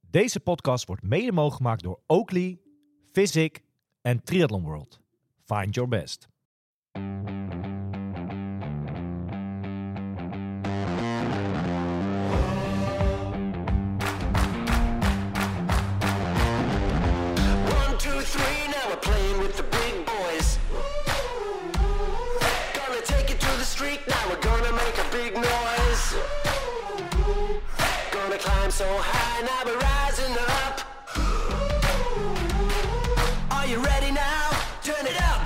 Deze podcast wordt mede mogelijk gemaakt door Oakley, Physic en Triathlon World. Find your best. One, two, three, now we're playing with the big boys. Gonna take it to the street, now we're gonna make a big noise. Gonna climb so high, now we're rising up. Are you ready now? Turn it up.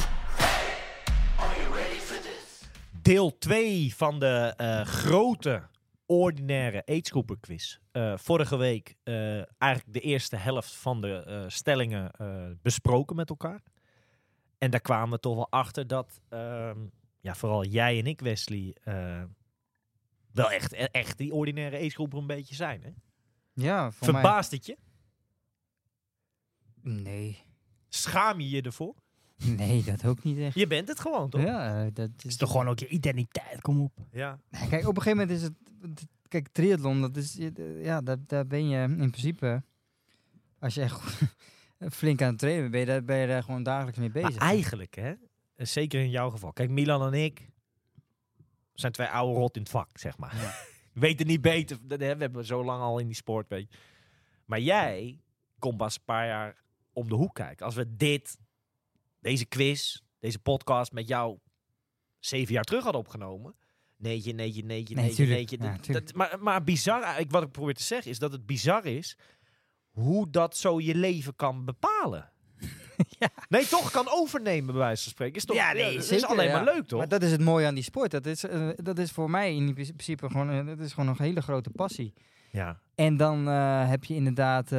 Are you ready for this? Deel 2 van de eh, grote, ordinaire aidsgroepen quiz. Eh, vorige week eh, eigenlijk de eerste helft van de eh, stellingen eh, besproken met elkaar. En daar kwamen we toch wel achter dat ehm, ja, vooral jij en ik, Wesley, eh, wel echt, e- echt die ordinaire aidsgroepen een beetje zijn. Hè? Ja, voor Verbaast het je? mij. Nee. Schaam je je ervoor? Nee, dat ook niet echt. Je bent het gewoon, toch? Ja, eh, dat is... toch gewoon ook je identiteit, kom op. Ja. Kijk, op een gegeven moment is het... d- Kijk, triathlon, dat is... je- Ja, daar, daar ben je in principe... Als je echt goed- flink aan het trainen bent, ben je daar, ben je daar gewoon dagelijks mee bezig. Maar eigenlijk, hè, eh, zeker in jouw geval. Kijk, Milan en ik zijn twee oude rot in het vak, zeg maar. Ja. Weten niet beter. dat- hè, We hebben zo lang al in die sport, weet je. Maar jij komt pas een paar jaar om de hoek kijken. Als we dit, deze quiz, deze podcast met jou zeven jaar terug hadden opgenomen. Neetje, neetje, neetje, Nee, neetje, tuurlijk. neetje. Ja, Dat- tuurlijk. dat- maar, maar bizar, eigenlijk wat ik probeer te zeggen is dat het bizar is hoe dat zo je leven kan bepalen. Nee, toch kan overnemen, bij wijze van spreken. Is toch, Ja, nee, dat is Zeker, alleen ja. maar leuk, toch? Maar dat is het mooie aan die sport. Dat is, eh, dat is voor mij in principe gewoon, eh, dat is gewoon een hele grote passie. ja. En dan eh, heb je inderdaad, eh,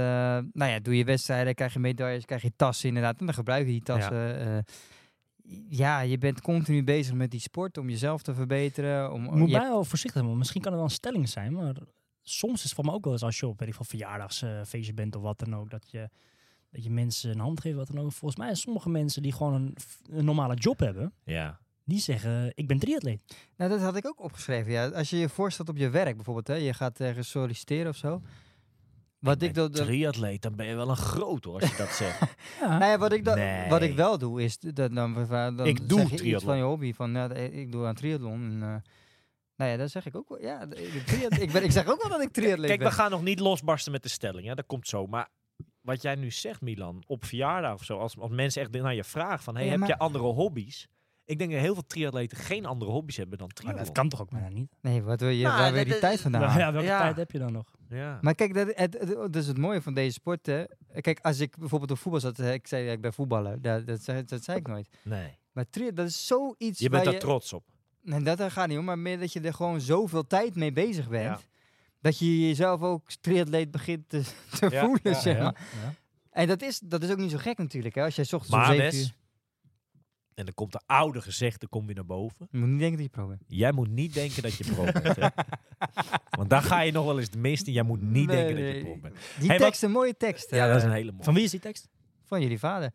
nou ja, doe je wedstrijden, krijg je medailles, krijg je tassen inderdaad. En dan gebruik je die tassen. eh. ja, je bent continu bezig met die sport om jezelf te verbeteren. Om, Moet je bij wel voorzichtig zijn, want misschien kan het wel een stelling zijn, maar soms is het voor me ook wel eens als je op weet ik veel, verjaardagsfeestje bent of wat dan ook, dat je, dat je mensen een hand geeft, wat dan ook. Volgens mij zijn sommige mensen die gewoon een, f- een normale job hebben, ja. die zeggen, ik ben triatleet. Nou, dat had ik ook opgeschreven. Ja. Als je je voorstelt op je werk bijvoorbeeld, hè, je gaat ergens solliciteren of zo. Wat ik, dat, triatleet, dan ben je wel een groot hoor, als je dat zegt. Ja, nou ja, wat, ik dan- Nee. wat ik wel doe is, d- dat, dan, dan dan Ik doe zeg je iets triathlon. van je hobby. Van, ja, eh, ik doe aan triathlon. En, eh, nou ja, dat zeg ik ook wel. Ja, d- ik, triat- ik, ben, ik zeg ook wel dat ik triatleet Kijk, ben. we gaan nog niet losbarsten met de stelling, hè? dat komt zo. Maar wat jij nu zegt, Milan, op verjaardag of zo, als, als mensen echt naar je vragen van, hey, Ja, heb maar- je andere hobby's? Ik denk dat heel veel triatleten geen andere hobby's hebben dan maar triathlon. dat kan toch ook bijna niet? Nee, wat wil je Nou, daar dat- weer die dat- tijd vandaan? halen? ja, welke ja. tijd heb je dan nog? Ja. Maar kijk, dat, het, het- dat is het mooie van deze sporten. Kijk, als ik bijvoorbeeld op voetbal zat, eh, ik zei ja, ik ben voetballer. Dat, dat, zei- dat zei ik nooit. Nee. Maar triathlon, dat is zoiets Je waar bent daar trots op. Nee, dat daar gaat niet om, maar meer dat je er gewoon zoveel tijd mee bezig bent. Ja. Dat je jezelf ook triatleet begint te, te Ja, voelen, ja, zeg ja, maar. ja. En dat is, dat is ook niet zo gek natuurlijk, hè. Als jij 's ochtends om Maar dus- zeven Wes, uur- en dan komt de oude gezegde, kom weer naar boven. Je moet niet denken dat je pro bent. Jij moet niet denken dat je pro bent. Hè? Want daar ga je nog wel eens de mist in. Jij moet niet Nee, denken dat je nee. pro bent. Die Hey, wat- tekst, een mooie tekst. Ja, eh, dat is een hele mooie. Van wie is die tekst? Van jullie vader.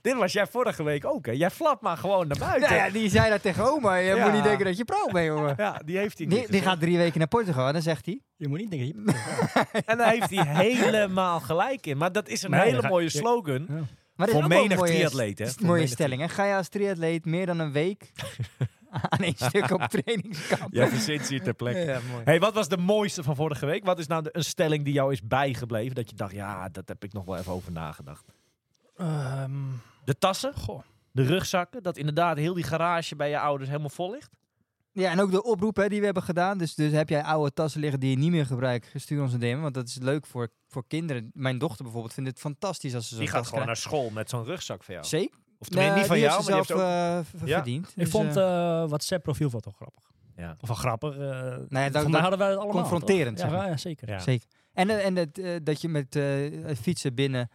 Dit was jij vorige week ook. Hè? Jij flapt maar gewoon naar buiten. Nou Ja, ja, die zei dat tegen oma. Je Ja. moet niet denken dat je pro bent, jongen. die heeft hij niet. Die, die gezegd. gaat drie weken naar Portugal en dan zegt hij... Je moet niet denken, je... En daar heeft hij helemaal gelijk in. Maar dat is een Nee, hele dan ga- mooie je- slogan. Ja. Maar Voor dat is ook wel een menig mooie, triatleet, hè? st- Voor mooie menig stelling. En ga je als triatleet meer dan een week aan één stuk op trainingskamp? Jij verzint hier ter plekke. Ja, mooi. Hey, wat was de mooiste van vorige week? Wat is nou de, een stelling die jou is bijgebleven? Dat je dacht, ja, dat heb ik nog wel even over nagedacht. Ehm, De tassen, goh. de rugzakken. Dat inderdaad heel die garage bij je ouders helemaal vol ligt. Ja, en ook de oproep hè, die we hebben gedaan. Dus, dus heb jij oude tassen liggen die je niet meer gebruikt, stuur ons een DM. Want dat is leuk voor, voor kinderen. Mijn dochter bijvoorbeeld vindt het fantastisch als ze zo'n Die tas gaat gewoon krijgt. naar school met zo'n rugzak voor jou. Zeker. Of tenminste, niet van die jou, maar heeft die ze heeft ze zelf ook... eh, v- Ja. verdiend. Ik Dus, vond eh, eh WhatsApp profielfoto grappig. Ja. Of wel grappig. eh nee, dat, voor mij dat- hadden wij het allemaal. confronterend, toch? zeg Ja, maar. ja, zeker. Ja. Zeker. En, eh, en dat, eh, dat je met eh, fietsen binnen...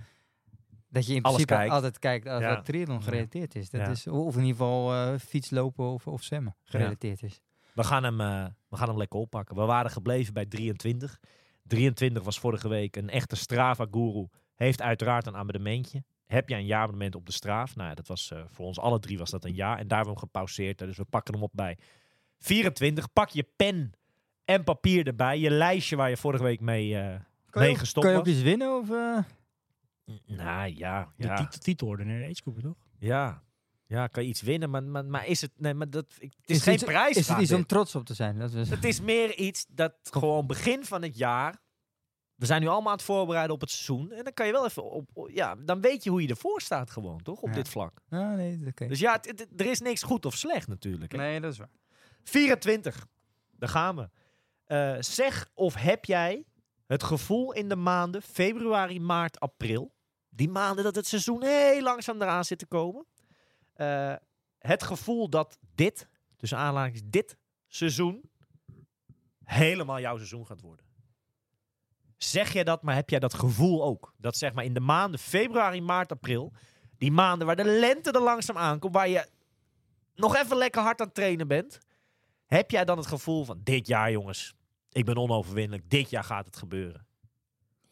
Dat je in Alles principe kijkt. altijd kijkt als Ja. wat triathlon gerelateerd is. Dat Ja. is. Of in ieder geval eh, fietslopen of, of zwemmen gerelateerd is. We gaan, hem, eh, we gaan hem lekker oppakken. We waren gebleven bij 23. 23 was vorige week een echte Strava-guru. Heeft uiteraard een abonnementje. Heb jij een jaarabonnement op de Straaf? Nou, ja, dat was eh, voor ons alle drie was dat een jaar. En daar hebben we hem gepauzeerd. Dus we pakken hem op bij 24. Pak je pen en papier erbij. Je lijstje waar je vorige week mee eh, Kan je mee ook- gestopt Kan je ook was. iets winnen? Of, eh? Nou ja, De ja, tit- titelorde in de Age toch? ja. Ja, kan je iets winnen, maar, maar, maar is het... Nee, maar dat, ik- het is, Is geen iets- prijs. Is het iets om trots op te zijn? Dat was, Het is meer iets dat gewoon begin van het jaar. We zijn nu allemaal aan het voorbereiden op het seizoen. En dan kan je wel even op. op- Ja, dan weet je hoe je ervoor staat, gewoon, toch? Op Ja. dit vlak. ah, nee, oké. Dus ja, het- het- er is niks goed of slecht natuurlijk. hè. Nee, dat is waar. 24. Daar gaan we. Eh, zeg of heb jij het gevoel in de maanden februari, maart, april. Die maanden dat het seizoen heel langzaam eraan zit te komen. eh, het gevoel dat dit, tussen aanhalingstekens, dit seizoen helemaal jouw seizoen gaat worden. Zeg jij dat, maar heb jij dat gevoel ook? Dat zeg maar in de maanden februari, maart, april. Die maanden waar de lente er langzaam aankomt. Waar je nog even lekker hard aan het trainen bent. Heb jij dan het gevoel van dit jaar, jongens, ik ben onoverwinnelijk, dit jaar gaat het gebeuren?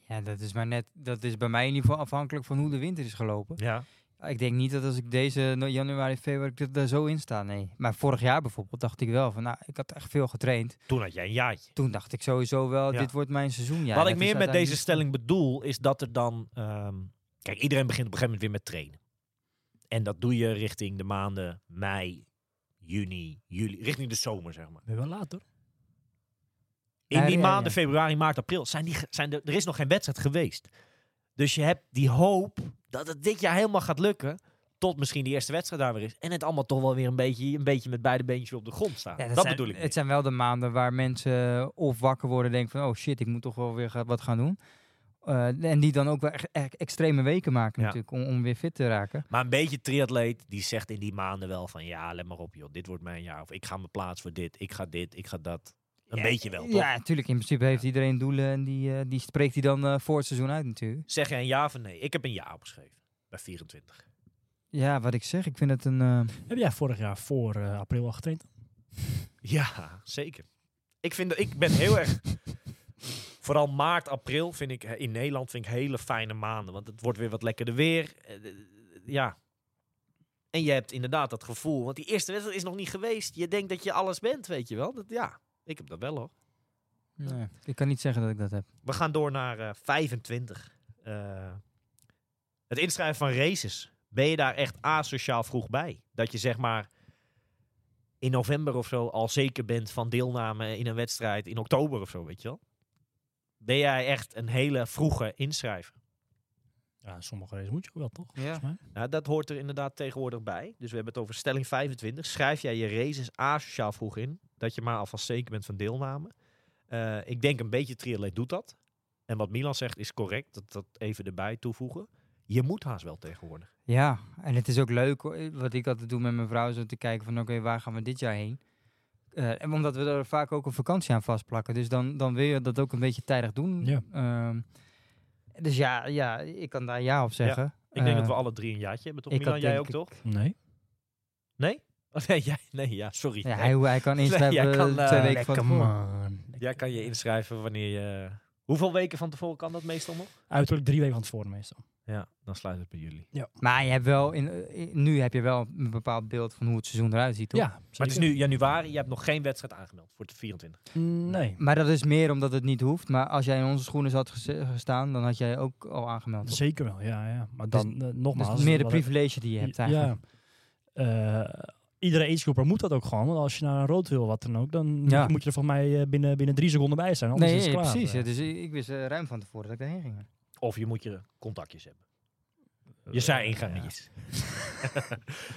Ja, dat is maar net. Dat is bij mij in ieder geval afhankelijk van hoe de winter is gelopen. Ja. Ik denk niet dat als ik deze no- januari, februari dat daar zo in sta. Nee. Maar vorig jaar bijvoorbeeld dacht ik wel van, nou, ik had echt veel getraind. Toen had jij een jaartje. Toen dacht ik sowieso wel, Ja. dit wordt mijn seizoen. Ja, Wat dat ik is meer met deze uiteindelijk- stelling bedoel, is dat er dan. ehm, kijk, iedereen begint op een gegeven moment weer met trainen. En dat doe je richting de maanden mei, juni, juli, richting de zomer, zeg maar. Ben je wel laat hoor. In Ja, die ja, maanden ja. februari, maart, april zijn die, ge- zijn de, er is nog geen wedstrijd geweest. Dus je hebt die hoop dat het dit jaar helemaal gaat lukken. Tot misschien die eerste wedstrijd daar weer is. En het allemaal toch wel weer een beetje, een beetje met beide beentjes weer op de grond staan. Ja, dat zijn- bedoel ik. Het meer. zijn wel de maanden waar mensen of wakker worden en denken van, oh shit, ik moet toch wel weer ga- wat gaan doen. Eh, en die dan ook wel echt, echt extreme weken maken Ja. natuurlijk, om, om weer fit te raken. Maar een beetje triatleet, die zegt in die maanden wel van... Ja, let maar op joh, dit wordt mijn jaar. Of ik ga mijn plaats voor dit, ik ga dit, ik ga dat. Een Ja, beetje wel, toch? Ja, natuurlijk. In principe heeft iedereen doelen en die, eh, die spreekt hij dan eh, voor het seizoen uit natuurlijk. Zeg jij een ja of nee? Ik heb een ja opgeschreven. Bij 24. Ja, wat ik zeg, ik vind het een... eh, Heb jij vorig jaar voor eh, april al getraind? Ja, zeker. Ik, vind dat, ik ben heel erg... Vooral maart, april vind ik eh, in Nederland vind ik hele fijne maanden. Want het wordt weer wat lekkerder weer. Eh, eh, Ja. En je hebt inderdaad dat gevoel. Want die eerste wedstrijd is nog niet geweest. Je denkt dat je alles bent, weet je wel. Dat, ja, ik heb dat wel hoor. nee, ik kan niet zeggen dat ik dat heb. We gaan door naar eh, 25. Eh, het inschrijven van races. Ben je daar echt asociaal vroeg bij? Dat je zeg maar in november of zo al zeker bent van deelname in een wedstrijd in oktober of zo, weet je wel? Ben jij echt een hele vroege inschrijver? Ja, sommige races moet je ook wel toch? Ja. Volgens mij. Nou, dat hoort er inderdaad tegenwoordig bij. Dus we hebben het over stelling 25. Schrijf jij je races asociaal vroeg in, dat je maar alvast zeker bent van deelname. Eh, ik denk een beetje triatleet doet dat. En wat Milan zegt is correct, dat, dat even erbij toevoegen. Je moet haast wel tegenwoordig. Ja, en het is ook leuk. hoor. Eh, Wat ik altijd doe met mijn vrouw is om te kijken van oké, waar gaan we dit jaar heen? Eh, en omdat we er vaak ook een vakantie aan vastplakken. Dus dan, dan wil je dat ook een beetje tijdig doen. Ja. Ehm, dus ja, ja, ik kan daar ja op zeggen. Ik denk Eh, dat we alle drie een jaartje hebben, toch ik Milan? had Jij denk ook, ik- toch? Nee. Nee? Oh, nee, jij, nee, ja, sorry. ja, Nee. hij, hij kan Nee, inschrijven jij kan, eh, eh, twee weken van Lekker tevoren. man. Jij kan je inschrijven wanneer je... Hoeveel weken van tevoren kan dat meestal nog? Uiterlijk drie weken van tevoren meestal. Ja, dan sluit het bij jullie. Maar je hebt wel in, eh, in- nu heb je wel een bepaald beeld van hoe het seizoen eruit ziet, toch? Ja, Maar het is zeker. nu januari, je hebt nog geen wedstrijd aangemeld voor de 24. Nee, Maar dat is meer omdat het niet hoeft. Maar als jij in onze schoenen zat geze- gestaan, dan had jij ook al aangemeld. toch? zeker wel. Ja, ja. Maar Dus- dan eh, Dus nogmaals. meer de wat- privilege die je hebt eigenlijk. Ja. Eh, iedere agegroeper moet dat ook gewoon. Want als je naar een rood wil, wat dan ook, dan moet Ja. je- moet je er volgens mij eh, binnen, binnen drie seconden bij zijn. Anders nee, is het ja, klaar. precies. Eh, ja, dus ik, ik wist eh, ruim van tevoren dat ik daarheen ging. Of je moet je contactjes hebben. Je zei ingangetjes.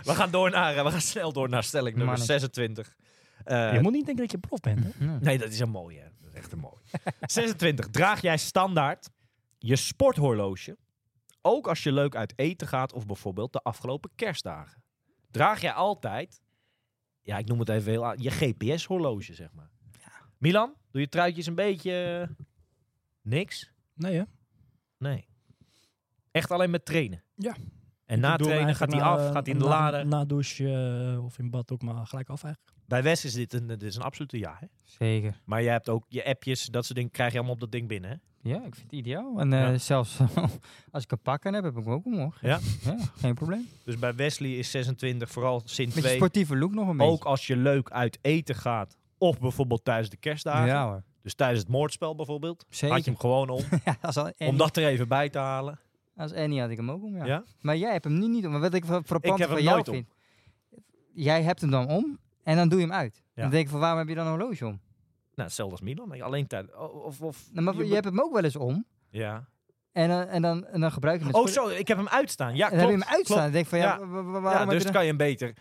we gaan door naar, eh, we gaan snel door naar stelling nummer Mannetje. 26. Eh, je moet niet denken dat je prof bent. Hè? nee, dat is een mooie. hè. Dat is echt een mooie. 26. Draag jij standaard je sporthorloge, ook als je leuk uit eten gaat of bijvoorbeeld de afgelopen kerstdagen? Draag jij altijd, ja, ik noem het even heel, a- je GPS-horloge, zeg maar. Milan, doe je truitjes een beetje eh, niks? Nee, hè? Nee. Echt alleen met trainen? Ja. En na trainen gaat hij eh, af, gaat hij in de laden. lader. Na douche eh, of in bad ook maar gelijk af eigenlijk. Bij Wes is dit een, dit is een absolute ja. Hè? Zeker. Maar je hebt ook je appjes, dat soort dingen, krijg je allemaal op dat ding binnen. Hè? Ja, ik vind het ideaal. En eh, Ja. zelfs als ik een pak aan heb, heb ik hem ook omhoog. Ja. geen probleem. Dus bij Wesley is 26 vooral zin Met je 2. sportieve look nog een beetje. Ook als je leuk uit eten gaat. Of bijvoorbeeld tijdens de kerstdagen. Ja hoor. Dus tijdens het moordspel bijvoorbeeld, had je Zeker. hem gewoon om. Ja, als, al- Annie, om dat er even bij te halen. als Annie had ik hem ook om, ja. Ja? Maar jij hebt hem nu niet om. Maar wat ik fra- frappant heb van hem jou nooit om. vind. Jij hebt hem dan om en dan doe je hem uit. Ja. Dan denk ik van waarom heb je dan een horloge om? Nou, hetzelfde als Milan. Alleen tijd. Of, of, Nou, maar je, je- hebt hem ook wel eens om ja. en, dan- en, dan, en dan gebruik je hem. Oh, zo, ik heb hem uitstaan. Ja, En dan klopt. heb je hem uitstaan. klopt. Dan denk ik van Ja. ja, wa- wa- waarom Ja, heb dus je dan dat- kan je hem beter.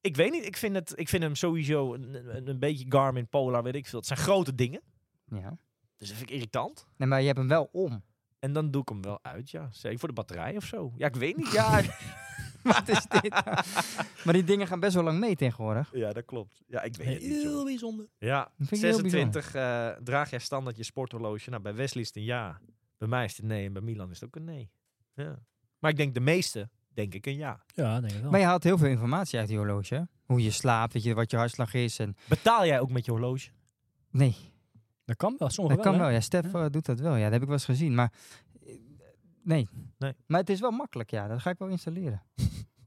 Ik weet niet, ik vind, het, ik vind hem sowieso een, een, een beetje Garmin, Polar, weet ik veel. Het zijn grote dingen, Ja. dus dat vind ik irritant. Nee, maar je hebt hem wel om. En dan doe ik hem wel uit, ja. Zeker voor de batterij of zo. Ja, ik weet niet. Ja, Wat is dit? nou? maar die dingen gaan best wel lang mee tegenwoordig. ja dat klopt. Ja, ik weet het niet. joh. Heel bijzonder. Ja, Dat vind ik heel bijzonder. 26 eh, draag jij standaard je sporthorloge. Nou, bij Wesley is het een ja. Bij mij is het een nee en bij Milan is het ook een nee. Ja. Maar ik denk de meeste, denk ik een ja. Ja, denk ik wel. Maar je haalt heel veel informatie uit die horloge. hè? Hoe je slaapt, weet je, wat je hartslag is. En... Betaal jij ook met je horloge? Nee, dat kan wel. Sommige dat kan hè? wel. Ja, Stef eh, doet dat wel. Ja, dat heb ik wel eens gezien. Maar eh, nee. Nee. Maar het is wel makkelijk, ja. Dat ga ik wel installeren.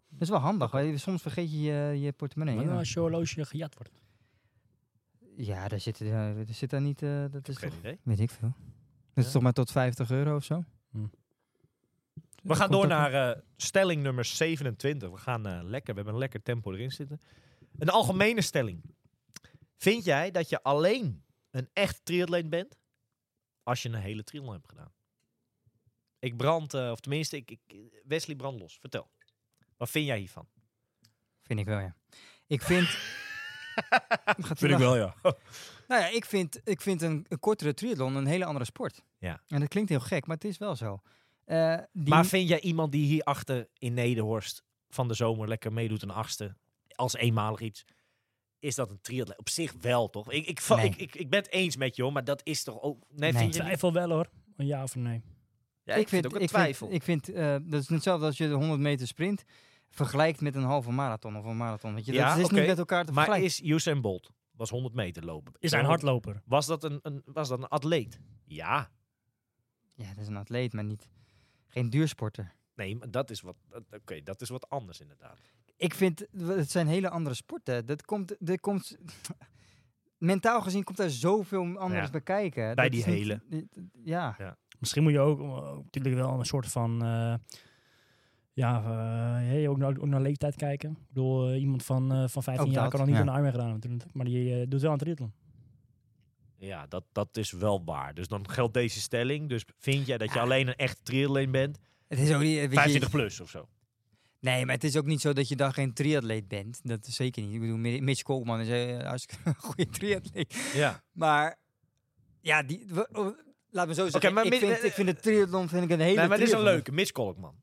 dat is wel handig. want Soms vergeet je je, je portemonnee. Maar hè? nou, als je horloge gejat wordt. Ja, daar zit, eh, er zit daar niet... eh, dat is Geen toch, idee. weet ik veel. Dat Ja. is toch maar tot 50 euro of zo? Hm. We Dat gaan komt door ook- naar eh, stelling nummer 27. We gaan eh, lekker, we hebben een lekker tempo erin zitten. Een algemene stelling. Vind jij dat je alleen een echt triatleet bent als je een hele triathlon hebt gedaan? Ik brand, eh, of tenminste, ik, ik, Wesley brand los. Vertel. Wat vind jij hiervan? Vind ik wel, ja. Ik vind... Gaat hij lachen? ja. Nou ja, ik vind, ik vind een, een kortere triathlon een hele andere sport. Ja. En dat klinkt heel gek, maar het is wel zo. Eh, die, Maar vind jij iemand die hierachter in Nederhorst van de zomer lekker meedoet een achtste als eenmalig iets? Is dat een triatleet? Op zich wel, toch? Ik, ik, va- Nee. ik, ik, ik ben het eens met je, hoor, maar dat is toch ook... Nee, Nee. vind je niet? Twijfel wel hoor. Een ja of een nee. Ja, ik, vind het ook een ik twijfel. Vind, ik vind, eh, dat is hetzelfde als je de 100 meter sprint vergelijkt met een halve marathon of een marathon. Weet je, Ja, dat is oké, niet met elkaar te maar vergelijken. is Usain Bolt, was 100 meter lopen. Is hij een hardloper? Was dat een, een, was dat een atleet? Ja. Ja, dat is een atleet, maar niet, geen duursporter. Nee, maar dat is wat, dat- oké, dat is wat anders inderdaad. Ik vind, w- het zijn hele andere sporten. Dat komt, dat komt, mentaal gezien komt daar zoveel anders Ja. bij Bij kijken. Dat die is niet- hele. dit- ja. Misschien moet je ook eh, natuurlijk wel een soort van... eh, ja, eh, hey, ook, naar, ook naar leeftijd kijken. Ik bedoel, eh, iemand van, eh, van 15 Ook jaar dat, kan al niet ja. aan de Ironman gedaan hebben natuurlijk. Maar die eh, doet wel een triathlon. Ja, dat, dat is wel waar. Dus dan geldt deze stelling. Dus vind jij dat je Ja. alleen een echte triatleet bent? Het is ook niet, weet je- 25 plus of zo. Nee, maar het is ook niet zo dat je dan geen triatleet bent. Dat is zeker niet. Ik bedoel, Mi- Mitch Koolman is eh, een hartstikke goede triatleet. Ja. Maar ja, die, we- oh, laat me zo zeggen. maar ik, Mi- eh, vind, ik vind de triathlon vind ik een hele Nee, maar dit is een triathlon. leuke. Mitch Kolkman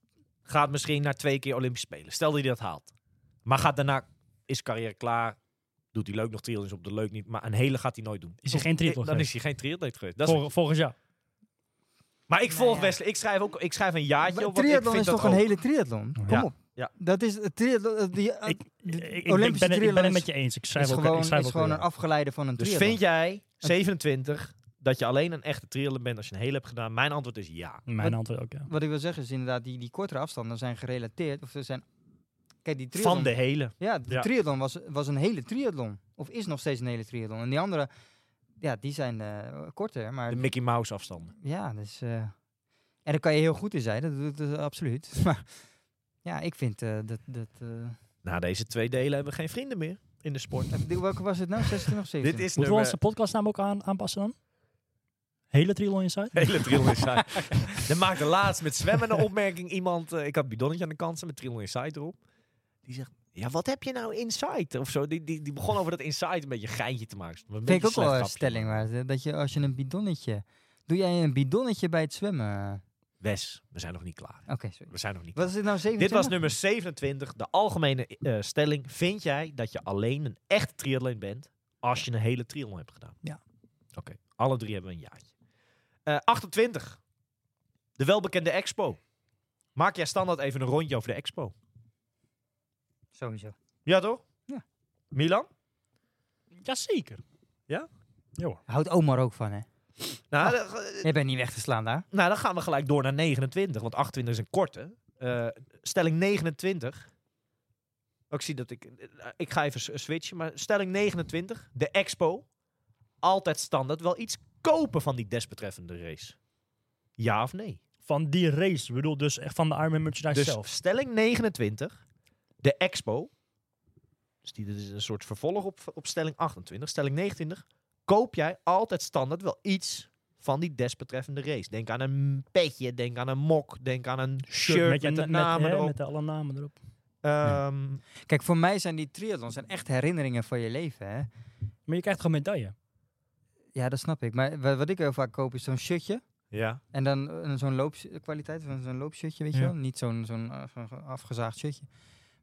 gaat misschien naar twee keer Olympische Spelen. Stel dat hij dat haalt. Maar gaat daarna, is carrière klaar. Doet hij leuk nog triathlons op de leuk niet. Maar een hele gaat hij nooit doen. Is hij geen triathlon Dan is geweest? hij geen triatleet geweest. Dat is Vol- volgens jou. Maar ik Nou volg ja. Wesley. Ik schrijf, ook, ik schrijf een Maar jaartje op. want ik triathlon vind is dat toch een ook. hele triathlon? Kom Ja. op. Ja. Dat is het triathlon. eh, Die, eh, Ik- de Ik, ik, ben- ik Olympische ben, ik ben triathlon het met is, je eens. Ik schrijf is ook, ik gewoon, schrijf is ook gewoon weer. een afgeleide van een Dus triathlon. vind jij, 27, dat je alleen een echte triathlon bent als je een hele hebt gedaan? Mijn antwoord is ja. Mijn antwoord ook, ja. Wat ik wil zeggen is inderdaad, die, die kortere afstanden zijn gerelateerd. Of ze zijn. Kijk, die triathlon. Van de hele. Ja, de Ja. triathlon was, was een hele triathlon. Of is nog steeds een hele triathlon. En die andere, ja, die zijn eh, korter. Maar De Mickey Mouse afstanden. ja, dus... eh, en daar kan je heel goed in zijn, dat doet het eh, absoluut. Maar ja, ik vind eh, dat... dat eh, Na deze twee delen hebben we geen vrienden meer in de sport. de- welke was het nou? 26 of 17? Dit is Moeten we nummer... onze podcastnaam ook aan, aanpassen dan? Hele triathlon inside? Hele triathlon inside. Er maakte laatst met zwemmen een opmerking iemand... eh, ik had bidonnetje aan de kant staan met triathlon inside erop. Die zegt... Ja, wat heb je nou inside? Of zo. Die, die, die begon over dat inside een beetje geintje te maken. Een vind beetje ik ook wel slecht een grapje. stelling waard. hè, Dat je als je een bidonnetje... Doe jij een bidonnetje bij het zwemmen? Wes, we zijn nog niet klaar. Oké, sorry. We zijn nog niet Wat is dit nou, 27? Dit was nummer 27, de algemene eh, stelling. Vind jij dat je alleen een echte triatleet bent als je een hele triathlon hebt gedaan? Ja. Oké, alle drie hebben een jaartje. Eh, 28, de welbekende expo. Maak jij standaard even een rondje over de expo. Sowieso. Ja toch? Ja. Milan? Jazeker. Houdt Omar ook van, hè? Nou, eh, Je bent niet weg te slaan daar. nou, dan gaan we gelijk door naar 29, want 28 is een korte. Eh, stelling 29. Oh, ik zie dat ik... eh, Ik ga even s- switchen, maar stelling 29, de expo. Altijd standaard wel iets kopen van die desbetreffende race? Ja of nee? Van die race, ik bedoel dus echt van de Ironman merchandise Dus zelf. stelling 29, de Expo. Dus die is een soort vervolg op, op stelling 28. Stelling 29, koop jij altijd standaard wel iets van die desbetreffende race. Denk aan een petje, denk aan een mok, denk aan een shirt met, je een na- de namen hè, erop. met de alle namen erop. Ehm, Kijk, voor mij zijn die triathlons zijn echt herinneringen van je leven, hè? Maar je krijgt gewoon medaille. Ja, dat snap ik. Maar wa- wat ik heel vaak koop is zo'n shirtje. ja. En dan eh, zo'n loopkwaliteit van zo'n loopshirtje, weet je Ja. wel? Niet zo'n zo'n eh, zo'n afgezaagd shirtje.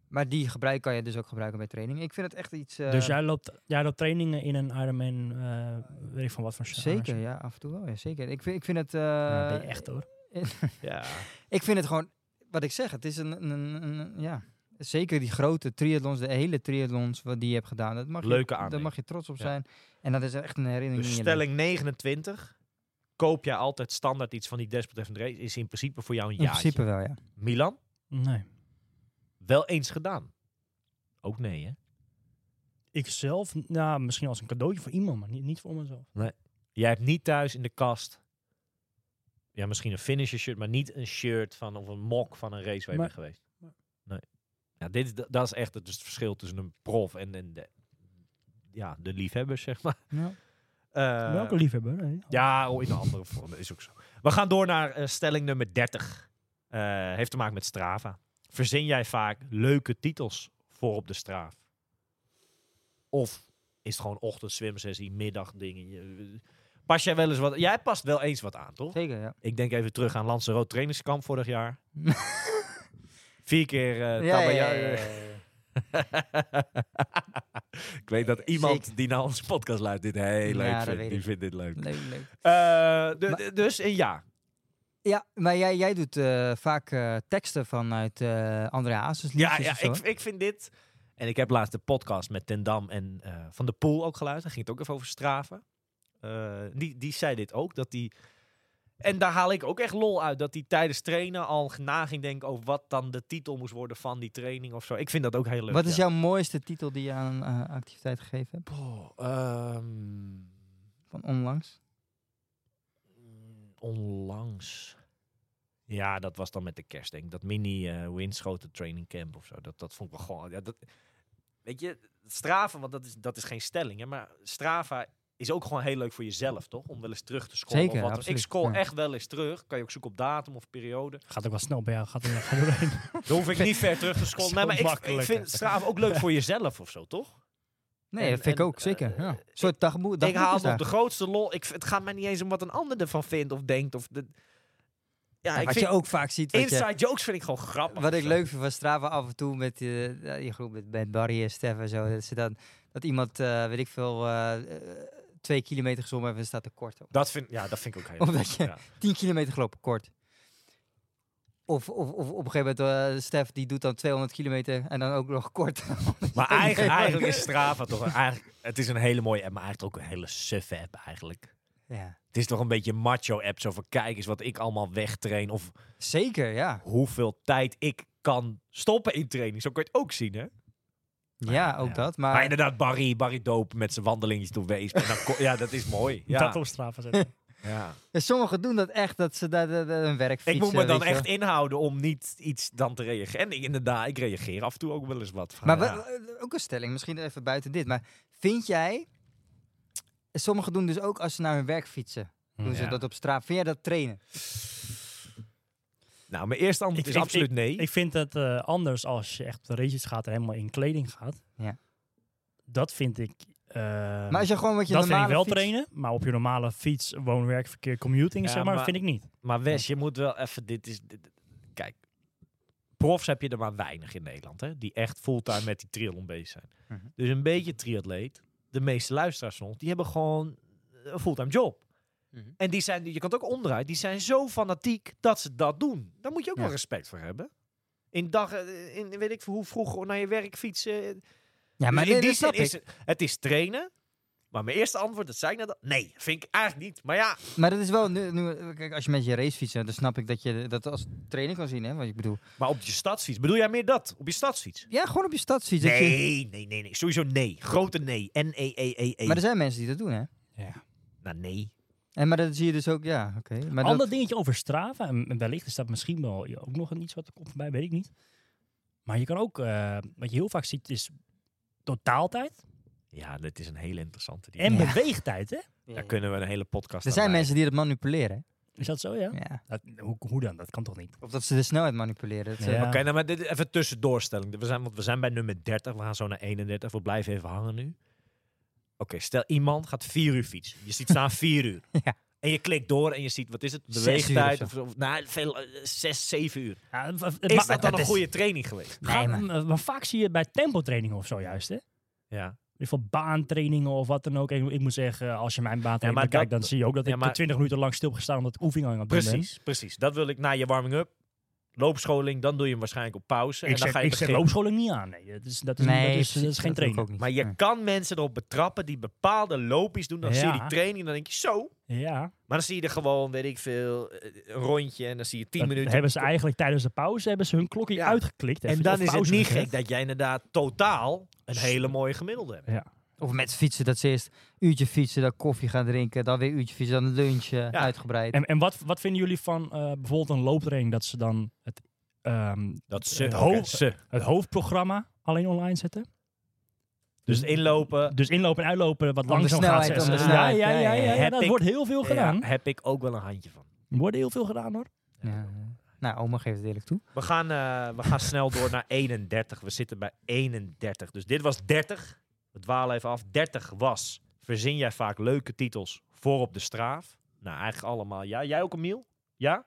Maar die gebruik kan je dus ook gebruiken bij training. Ik vind het echt iets... eh, dus jij loopt, jij loopt trainingen in een Ironman, eh weet ik van wat voor shirt. Zeker, ja, af en toe wel. Ja, zeker. Ik vind, ik vind het... eh, Ja, ben je echt hoor. ja. Ik vind het gewoon... Wat ik zeg, het is een... een, een- een- ja, zeker die grote triathlons, de hele triathlons wat die je hebt gedaan. Dat mag Leuke je, Daar aanmerking. mag je trots op Ja. zijn. En dat is echt een herinnering Dus in je stelling 29, koop jij altijd standaard iets van die desbetreffende race, is in principe voor jou een leven. In jaartje. principe wel, ja. Milan, Nee. wel eens gedaan. Ook nee, hè? Ik zelf, nou, misschien als een cadeautje voor iemand, maar niet, niet voor mezelf. Jij hebt niet thuis in de kast. Ja, misschien een finisher shirt, maar niet een shirt van of een mok van een race waar je Maar- bent geweest. Nee. Ja, dit, is- da- dat is echt het, dus het verschil tussen een prof en, en de, ja, de liefhebber, zeg maar. Ja. Eh, Welke liefhebber? Nee. ja, oh, in een andere vorm is ook zo. We gaan door naar eh, stelling nummer 30. Eh, heeft te maken met Strava. Verzin jij vaak leuke titels voor op de Strava? Of is het gewoon ochtend zwemsessie, middag dingen? Je- eh, Pas jij wel eens wat? Jij past wel eens wat aan, toch? Zeker, ja. Ik denk even terug aan Lanzarote trainingskamp vorig jaar. Vier keer eh Ja, ja, tabajara. ja, ja, Ik weet dat iemand Zeker. die naar onze podcast luistert dit heel Eh, Ja, leuk dat vindt. weet Die ik. vindt dit leuk. Leuk, leuk. Eh, de- Maar- de- dus een ja. Ja, maar jij, jij doet eh, vaak eh, teksten vanuit eh André Hazes Ja, liedjes ja of zo, ik, hè? ik vind dit. En ik heb laatst de podcast met Ten Dam en eh, Van der Poel ook geluisterd. Ging het ook even over straven. Eh, die, die zei dit ook. Dat die, en daar haal ik ook echt lol uit. Dat hij tijdens trainen al na ging denken over wat dan de titel moest worden van die training of zo. Ik vind dat ook heel leuk. Wat is ja. jouw mooiste titel die je aan een eh, activiteit gegeven hebt? Poh, ehm, Van onlangs? Mm, onlangs. Ja, dat was dan met de kerst, denk ik. Dat mini eh windschoten training camp of zo. Dat, dat vond ik wel gewoon... Ja, dat, weet je, Strava, want dat is, dat is geen stelling, hè, maar Strava is ook gewoon heel leuk voor jezelf, toch? Om wel eens terug te scrollen. Zeker, of wat. dan- absoluut, Ik scroll ja. echt wel eens terug. Kan je ook zoeken op datum of periode. Gaat ook wel snel bij jou. Gaat er gaat er doorheen. Dan hoef ik niet ver terug te scrollen. Zo Nee, maar ik, ik makkelijk, hè. vind Strava ook leuk voor jezelf of zo, toch? Nee, En- dat vind en, ik ook, zeker. eh, ja. Een soort dagboek. ik haal nog de grootste lol. Ik, v- het gaat mij niet eens om wat een ander ervan vindt of denkt. Of de, ja, ik Nou, wat vind, je ook vaak ziet. Wat, je, inside jokes vind ik gewoon grappig. wat of ik zo. leuk vind van Strava af en toe met eh, ja, die groep met, met Barry en Stef en zo. Dat, ze dan, dat iemand, eh, weet ik veel, eh, eh, twee kilometer gezommen heeft en staat er kort op. Dat vind, ja, dat vind ik ook heel leuk. Omdat je- Ja. Tien kilometer gelopen, kort. Of, of, of op een gegeven moment, eh, Stef die doet dan 200 kilometer en dan ook nog kort. Maar eigenlijk, eigenlijk is Strava toch... een- Eigenlijk, het is een hele mooie app, maar eigenlijk ook een hele suffe app eigenlijk. ja. Het is toch een beetje een macho app. Zo van, kijk eens wat ik allemaal wegtrain. Of Zeker, ja. hoeveel tijd ik kan stoppen in training. Zo kun je het ook zien, hè? Ja, ook ja. dat. Maar Maar inderdaad, Barry, Barry Dopen met zijn wandelingjes door Weesp. En dan ko- ja, dat is mooi. Ja. Dat op straat zetten. ja. Ja, sommigen doen dat echt, dat ze daar daar- daar een werk Ik moet me dan echt inhouden om niet iets dan te reageren. En ik, inderdaad, ik reageer af en toe ook wel eens wat. Van, Maar ja. wa- eh, ook een stelling, misschien even buiten dit. Maar vind jij... Sommigen doen dus ook als ze naar hun werk fietsen. Doen ze Ja. dat op straat. Vind jij dat trainen? Nou, mijn eerste antwoord Ik- is ik- absoluut nee. Ik vind het eh, anders als je echt op de races gaat en helemaal in kleding gaat. Ja. Dat vind ik... eh, maar als je gewoon wat je dat vind normale ik wel fiets- trainen, maar op je normale fiets, woon, werk, verkeer, commuting, Ja, zeg maar, maar- vind ik niet. Maar Wes, je moet wel even. Dit is. dit- dit- kijk, profs heb je er maar weinig in Nederland, hè? Die echt fulltime met die triathlon bezig zijn. Mhm. Dus een beetje triatleet, de meeste luisteraars van ons, die hebben gewoon een fulltime job. Mhm. En die zijn, je kan het ook omdraaien, die zijn zo fanatiek dat ze dat doen. Daar moet je ook Ja. wel respect voor hebben. In dag, eh, in weet ik veel hoe vroeg naar je werk fietsen. Ja, maar Dus in die nee, dat zin snap is ik. het, het is trainen. Maar mijn eerste antwoord, dat zei ik net al, nee, vind ik eigenlijk niet. Maar ja, Maar dat is wel... Nu, nu- kijk, als je met je race fietst, dan snap ik dat je dat als training kan zien. Hè? Wat ik bedoel. maar op je stadsfiets, bedoel jij meer dat? Op je stadsfiets? Ja, gewoon op je stadsfiets. dat je- Nee, nee, nee, nee. Sowieso nee. Grote nee. N-E-E-E-E. Maar er zijn mensen die dat doen, hè? Nou, nee. En maar dat zie je dus ook, ja, oké. Maar Ander dat, dingetje over Strava, en wellicht is dat misschien wel ja, ook nog een iets wat er komt voorbij, weet ik niet. Maar je kan ook, eh, wat je heel vaak ziet, is totaaltijd Ja, dit is een hele interessante. Die en Ja. beweegtijd, hè? Daar kunnen we een hele podcast er aan zijn wijden. mensen die dat manipuleren. Is dat zo, ja? hè? Ja. Dat, hoe, hoe dan? Dat kan toch niet? Of dat ze de snelheid manipuleren. Dat, Ja. eh, Oké, nou, maar dit is even tussendoorstelling. We zijn, want we zijn bij nummer 30, we gaan zo naar 31. We blijven even hangen nu. Oké, stel iemand gaat 4 uur fietsen. Je ziet staan 4 uur. Ja. En je klikt door en je ziet, wat is het? Zes Beweegtijd. uur Of, of, nou, veel, 6, 7 uur. Ja, het- het- Is maar- dat maar- dan een is- goede training geweest? Nee, maar- maar vaak zie je het bij tempotraining of zo juist, hè? Ja. In ieder geval baantrainingen of wat dan ook. Ik, ik moet zeggen, als je mijn baantraining maar bekijkt, dat- dan zie je ook dat Ja, ik maar- 20 minuten lang stil heb gestaan omdat ik oefeningen aan het doen ben. Precies, precies. Dat wil ik na je warming-up. Loopscholing, dan doe je hem waarschijnlijk op pauze. Ik en dan zet, ga je ik zet beginnen. loopscholing niet aan. Nee, dat is, dat is, nee, dat is, dat precies, is geen dat doe ik training. ook niet. Maar je Nee. kan mensen erop betrappen die bepaalde lopies doen. Dan zie je die Ja. training en dan denk je zo. Ja, Maar dan zie je er gewoon, weet ik veel, eh, een rondje en dan zie je 10 dat minuten. hebben ze eigenlijk tijdens de pauze hebben ze hun klokje Ja. uitgeklikt. en Even dan op is het pauze niet gezet. gek dat jij inderdaad totaal een hele mooie gemiddelde hebt. Of met fietsen, dat ze eerst een uurtje fietsen, dan koffie gaan drinken, dan weer een uurtje fietsen, dan lunchen, uitgebreid. En, en wat, wat vinden jullie van eh, bijvoorbeeld een looptraining dat ze dan het, ehm, Dat ze- oké, het hoofdprogramma alleen online zetten? Dus het inlopen Dus inlopen en uitlopen wat de langzaam gaat snelheid, om de zetten. Ja, snelheid. ja, ja, ja, Ja, ja, ja, heb dat ik- wordt heel veel gedaan. ja, heb ik ook wel een handje van. Er wordt heel veel gedaan hoor. Ja, ja. Nou, oma geeft het eerlijk toe. We gaan, eh, we gaan snel door naar 31. We zitten bij 31. Dus dit was 30. We dwalen even af. 30 was, verzin jij vaak leuke titels voor op de straaf? Nou, eigenlijk allemaal. Ja, jij ook Emiel? Ja?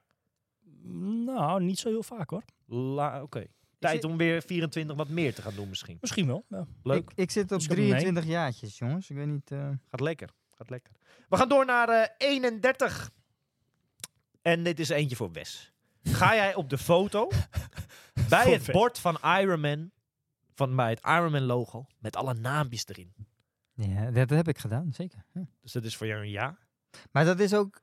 Nou, niet zo heel vaak hoor. La- Oké. Tijd om weer 24 wat meer te gaan doen misschien. Misschien wel. ja. Leuk. Ik, ik zit op Dus ik heb hem mee. 23 jaartjes, jongens. Ik weet niet... eh, Gaat lekker. Gaat lekker. We gaan door naar eh, 31. En dit is eentje voor Wes. Ga jij op de foto bij Voor het Wes. bord van Iron Man, van bij het Iron Man logo, met alle naampjes erin. Ja, dat heb ik gedaan, zeker. Ja. Dus dat is voor jou een ja. Maar dat is ook,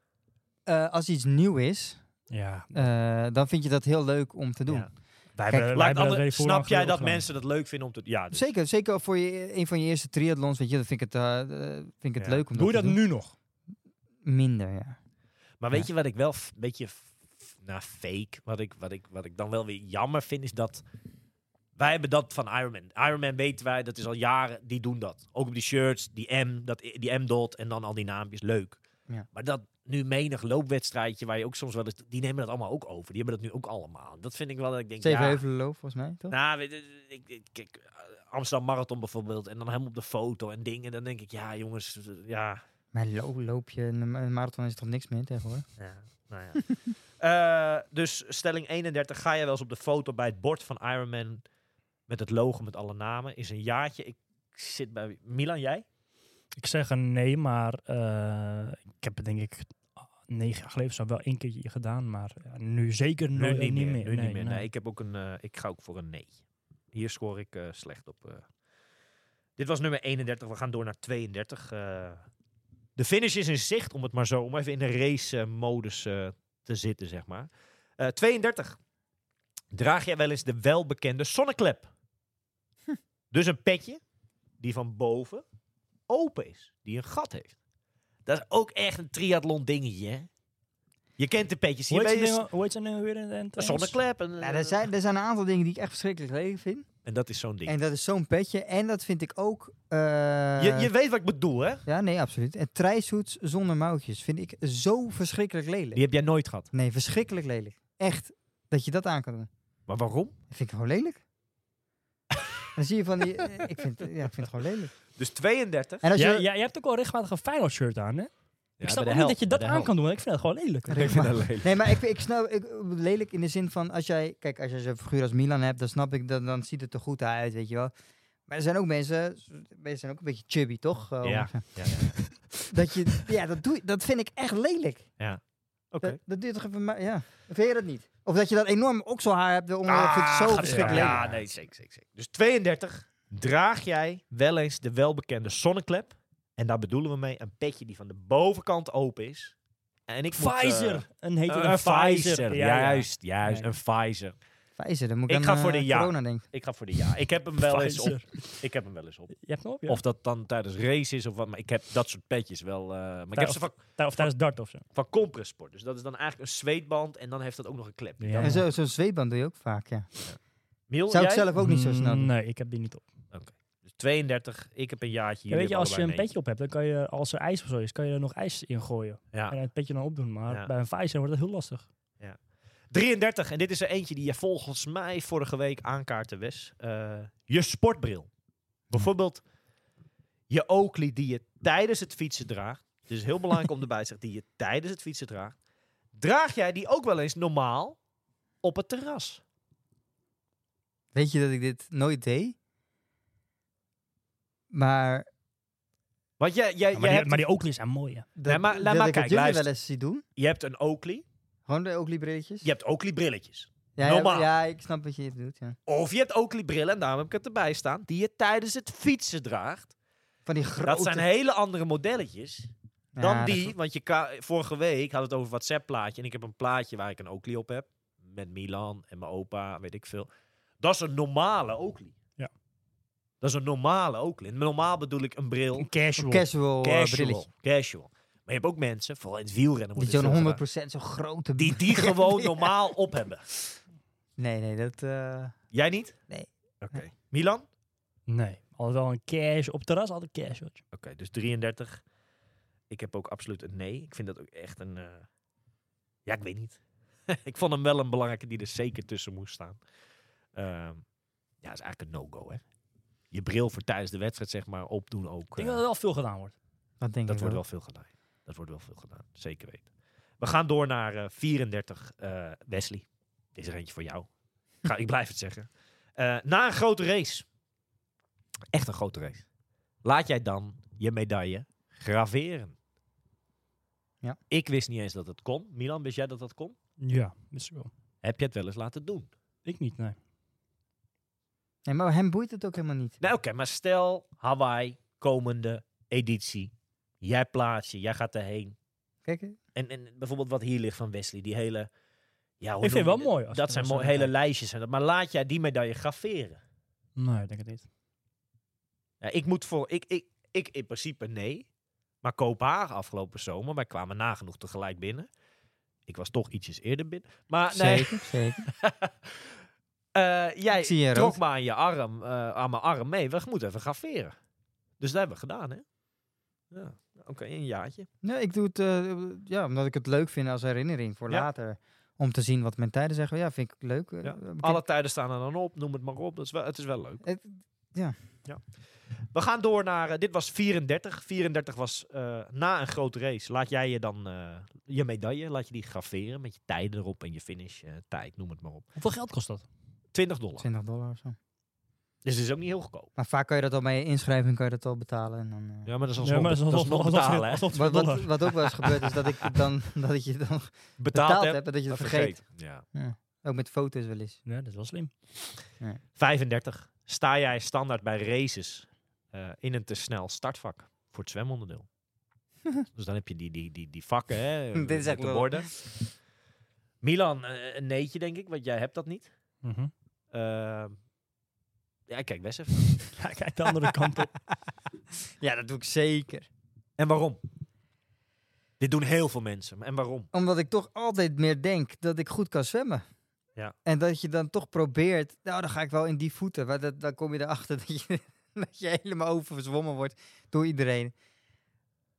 eh, als iets nieuw is, Ja. eh, dan vind je dat heel leuk om te doen. Ja. Wij Kijk, hebben- wij Lijkt hebben alle- dat weer vooraf snap jij gedaan. dat mensen dat leuk vinden om te Ja, dus. Zeker, zeker voor je, een van je eerste triathlons, weet je, dan vind ik het, eh, eh, vind ik het Ja. leuk om Doe je dat dat te doen. nu nog? Minder, ja. Maar weet je wat ik wel f- een beetje f- nou, fake, wat ik, wat, ik, wat ik dan wel weer jammer vind, is dat wij hebben dat van Iron Man. Iron Man weten wij, dat is al jaren, die doen dat. Ook op die shirts, die M, dat, die M-dot en dan al die naampjes, leuk. Ja. Maar dat nu menig loopwedstrijdje waar je ook soms wel eens, die nemen dat allemaal ook over. Die hebben dat nu ook allemaal. Dat vind ik wel dat ik denk, Zeven ja, heuvelenloop, volgens mij, toch? nou, weet je, ik, ik, kijk, eh, Amsterdam Marathon bijvoorbeeld en dan helemaal op de foto en dingen. Dan denk ik, ja jongens, eh, ja, Maar loop, loop je, een ma- een marathon is toch niks meer tegenwoordig? Ja, nou ja. Eh, dus stelling 31, ga jij wel eens op de foto bij het bord van Iron Man met het logo met alle namen? Is een jaartje. Ik zit bij Milan, jij? Ik zeg een nee, maar eh, ik heb het denk ik ah, negen jaar geleden of zo wel één keertje gedaan. Maar ja, nu zeker Nu nooit- niet meer. Nu nee, niet meer. nee. Nee, ik heb ook een. eh, ik ga ook voor een nee. Hier scoor ik eh, slecht op. eh. Dit was nummer 31. We gaan door naar 32. eh. de finish is in zicht, om het maar zo, om even in de race-modus eh, te zitten, zeg maar. Eh, 32. Draag jij wel eens de welbekende zonneklep? Dus een petje die van boven open is, die een gat heeft. Dat is ook echt een triathlon dingetje, hè? Je kent de petjes. Hoe Hier heet ben zo'n je ding- hoe heet zo'n ding weer in de een zonneklep. En, Nou, er zijn, er zijn een aantal dingen die ik echt verschrikkelijk lelijk vind. en dat is zo'n ding. En dat is zo'n petje. En dat vind ik ook... eh, je, je weet wat ik bedoel, hè? Ja, nee, absoluut. En treizoets zonder mouwtjes vind ik zo verschrikkelijk lelijk. Die heb jij nooit gehad. Nee, verschrikkelijk lelijk. Echt, dat je dat aan kan doen. Maar waarom? Dat vind ik gewoon lelijk. Dan zie je van die... eh, Ik vind, ja, ik vind het gewoon lelijk. Dus 32. En als Ja, je... ja, je hebt ook wel regelmatig een Feyenoord shirt aan, hè? ik snap ook niet dat je dat aan kan doen. Ik vind dat gewoon lelijk. Ik vind dat Nee, maar ik, ik snap... Ik, lelijk in de zin van als jij... Kijk, als je zo'n figuur als Milan hebt, dan snap ik... Dan, dan ziet het er goed uit, weet je wel. Maar er zijn ook mensen... Mensen zijn ook een beetje chubby, toch? Eh, om Ja. te zeggen. Ja, ja. Dat je... Ja, dat, doe, dat vind ik echt lelijk. Oké. Dat, dat duurt toch even... maar- Ja. Vind je dat niet? Of dat je dat enorm okselhaar hebt eronder. dat vind ik zo Ah, gaat- verschrikkelijk lelijk. Ja, nee, zeker, zeker, zeker. Dus 32. Draag jij wel eens de welbekende zonneklep? En daar bedoelen we mee een petje die van de bovenkant open is. En ik moet, eh, Pfizer! Een heet het eh, een Pfizer. Juist, juist. Nee. Een Pfizer. Pfizer, dan moet ik, Ik aan, ga voor eh, de ja. corona denken. Ik ga voor de ja. Ik heb hem wel eens op. Pfizer. Ik heb hem wel eens op. Je hebt hem op, ja. Of dat dan tijdens race is of wat. Maar ik heb dat soort petjes wel. eh, maar ik heb Tijdens- ze van, Tij- Of tijdens dart of zo. van Compressport. Dus dat is dan eigenlijk een zweetband. En dan heeft dat ook nog een klep. Ja. Dan- En zo- Zo'n zweepband doe je ook vaak, ja. Miel, Zou ik jij? zelf ook niet zo snel Mm, doen. Nee, ik heb die niet op. Dus 32. Ik heb een jaartje. Ja, weet je, jullie als je hebben een allebei petje op hebt, dan kan je, als er ijs of zo is, kan je er nog ijs in gooien. Ja. En het petje dan opdoen. Maar Ja. bij een Pfizer wordt dat heel lastig. 33, en dit is er eentje die je volgens mij vorige week aankaartte, Wes. Eh, je sportbril. Bijvoorbeeld je Oakley die je tijdens het fietsen draagt. Dus heel belangrijk om erbij te zeggen, die je tijdens het fietsen draagt. Draag jij die ook wel eens normaal op het terras? Weet je dat ik dit nooit deed? Maar... Want jij, jij, Ja, Eh, jij maar, die, hebt, maar die Oakley zijn mooi, hè. Dat, maar- dat laat maar ik het kijken, jullie luister. wel eens zie doen. je hebt een Oakley, Gewoon de Oakley breedjes. je hebt Oakley brilletjes. ja, ja, normaal. ja, ik snap wat je hier doet, ja. Of je hebt Oakley brillen, en daarom heb ik het erbij staan, die je tijdens het fietsen draagt. Van die grote... Dat zijn hele andere modelletjes. Ja, Dan dat die, klopt. want je ka- vorige week had het over WhatsApp plaatje. En ik heb een plaatje waar ik een Oakley op heb. Met Milan en mijn opa, weet ik veel. Dat is een normale Oakley. Ja. Dat is een normale Oakley. En normaal bedoel ik een bril. Een casual. Casual, eh, Casual. brilletje. Casual. Maar je hebt ook mensen, vooral in het wielrennen Die wordt het zo'n veel 100% gedaan, zo'n grote... Die die gewoon normaal op hebben. Nee, nee, dat... eh, Jij niet? Nee. Oké. Milan? Oké, Nee, altijd wel een cash. Op het terras altijd cash. hoor. dus 33. Ik heb ook absoluut een nee. Ik vind dat ook echt een... eh, Ja, ik weet niet. ik vond hem wel een belangrijke die er zeker tussen moest staan. Ehm, ja, is eigenlijk een no-go, hè? Je bril voor tijdens de wedstrijd, zeg maar, opdoen Ik ook. denk eh, dat er wel veel gedaan wordt. Wat denk dat ik wordt wel veel gedaan. Dat wordt wel veel gedaan, zeker weten. We gaan door naar eh, 34. eh, Wesley, dit is er eentje voor jou. Ga, ik blijf het zeggen. Eh, na een grote race, echt een grote race, laat jij dan je medaille graveren. Ja. Ik wist niet eens dat het kon. Milan, wist jij dat dat kon? Ja, wist ik wel. Heb je het wel eens laten doen? Ik niet, nee. Nee, maar hem boeit het ook helemaal niet. Nou, oké, maar stel Hawaii, komende editie. Jij plaats je, jij gaat erheen. Kijk, hè. En, en bijvoorbeeld wat hier ligt van Wesley, die hele... Ja, hoe Ik vind noem het je wel mooi dat? als Dat je zijn dat mooi, zo- hele lijstjes. en dat- Maar laat jij die medaille graveren? Nee, ik denk het niet. Ja, ik moet voor... Ik, ik, ik in principe nee. Maar Kopenhagen afgelopen zomer, wij kwamen nagenoeg tegelijk binnen. Ik was toch ietsjes eerder binnen. Maar Ah, nee, Zeker, zeker. eh, jij Ik zie je trok rood. maar aan, je arm, eh, aan mijn arm mee. We moeten even graveren. Dus dat hebben we gedaan, hè? Ja. Oké, een jaartje. Nee, ik doe het eh, ja, omdat ik het leuk vind als herinnering voor Ja. later. Om te zien wat mijn tijden zeggen. Ja, vind ik leuk. Eh, Ja. eh, bekijk- Alle tijden staan er dan op, noem het maar op. Dat is wel, het is wel leuk. Het- ja. ja. We gaan door naar, eh, dit was 34. 34 was eh, na een grote race. Laat jij je dan eh, je medaille, laat je die graveren met je tijden erop en je finish eh, tijd, noem het maar op. Hoeveel geld kost dat? 20 dollar. 20 dollar of zo. Dus het is ook niet heel goedkoop. Maar vaak kan je dat al bij je inschrijving kan je dat al betalen. En dan, eh, Ja, maar dat is Ja, alsnog, maar dat is alsnog- alsnog alsnog- betalen. hè? alsnog wat, wat, 20 wat ook wel eens gebeurd is dat ik het dan dat ik je dan Betaald, betaald heb, heb en dat je dat het vergeet. Ja. Ook met foto's wel eens. Nee, dat is wel slim. 35. Sta jij standaard bij races eh, in een te snel startvak voor het zwemonderdeel? dus dan heb je die, die, die, die vakken, hè? eh, Dit is met echt de lullig. borden. Milan, eh, een neetje denk ik, want jij hebt dat niet. Mhm. Eh, ja, kijk best even. Ja, kijk de andere kant op. Ja, dat doe ik zeker. En waarom? Dit doen heel veel mensen. En waarom? Omdat ik toch altijd meer denk dat ik goed kan zwemmen. Ja. En dat je dan toch probeert, nou dan ga ik wel in die voeten. Maar dat, dan kom je erachter dat je, dat je helemaal overzwommen wordt door iedereen.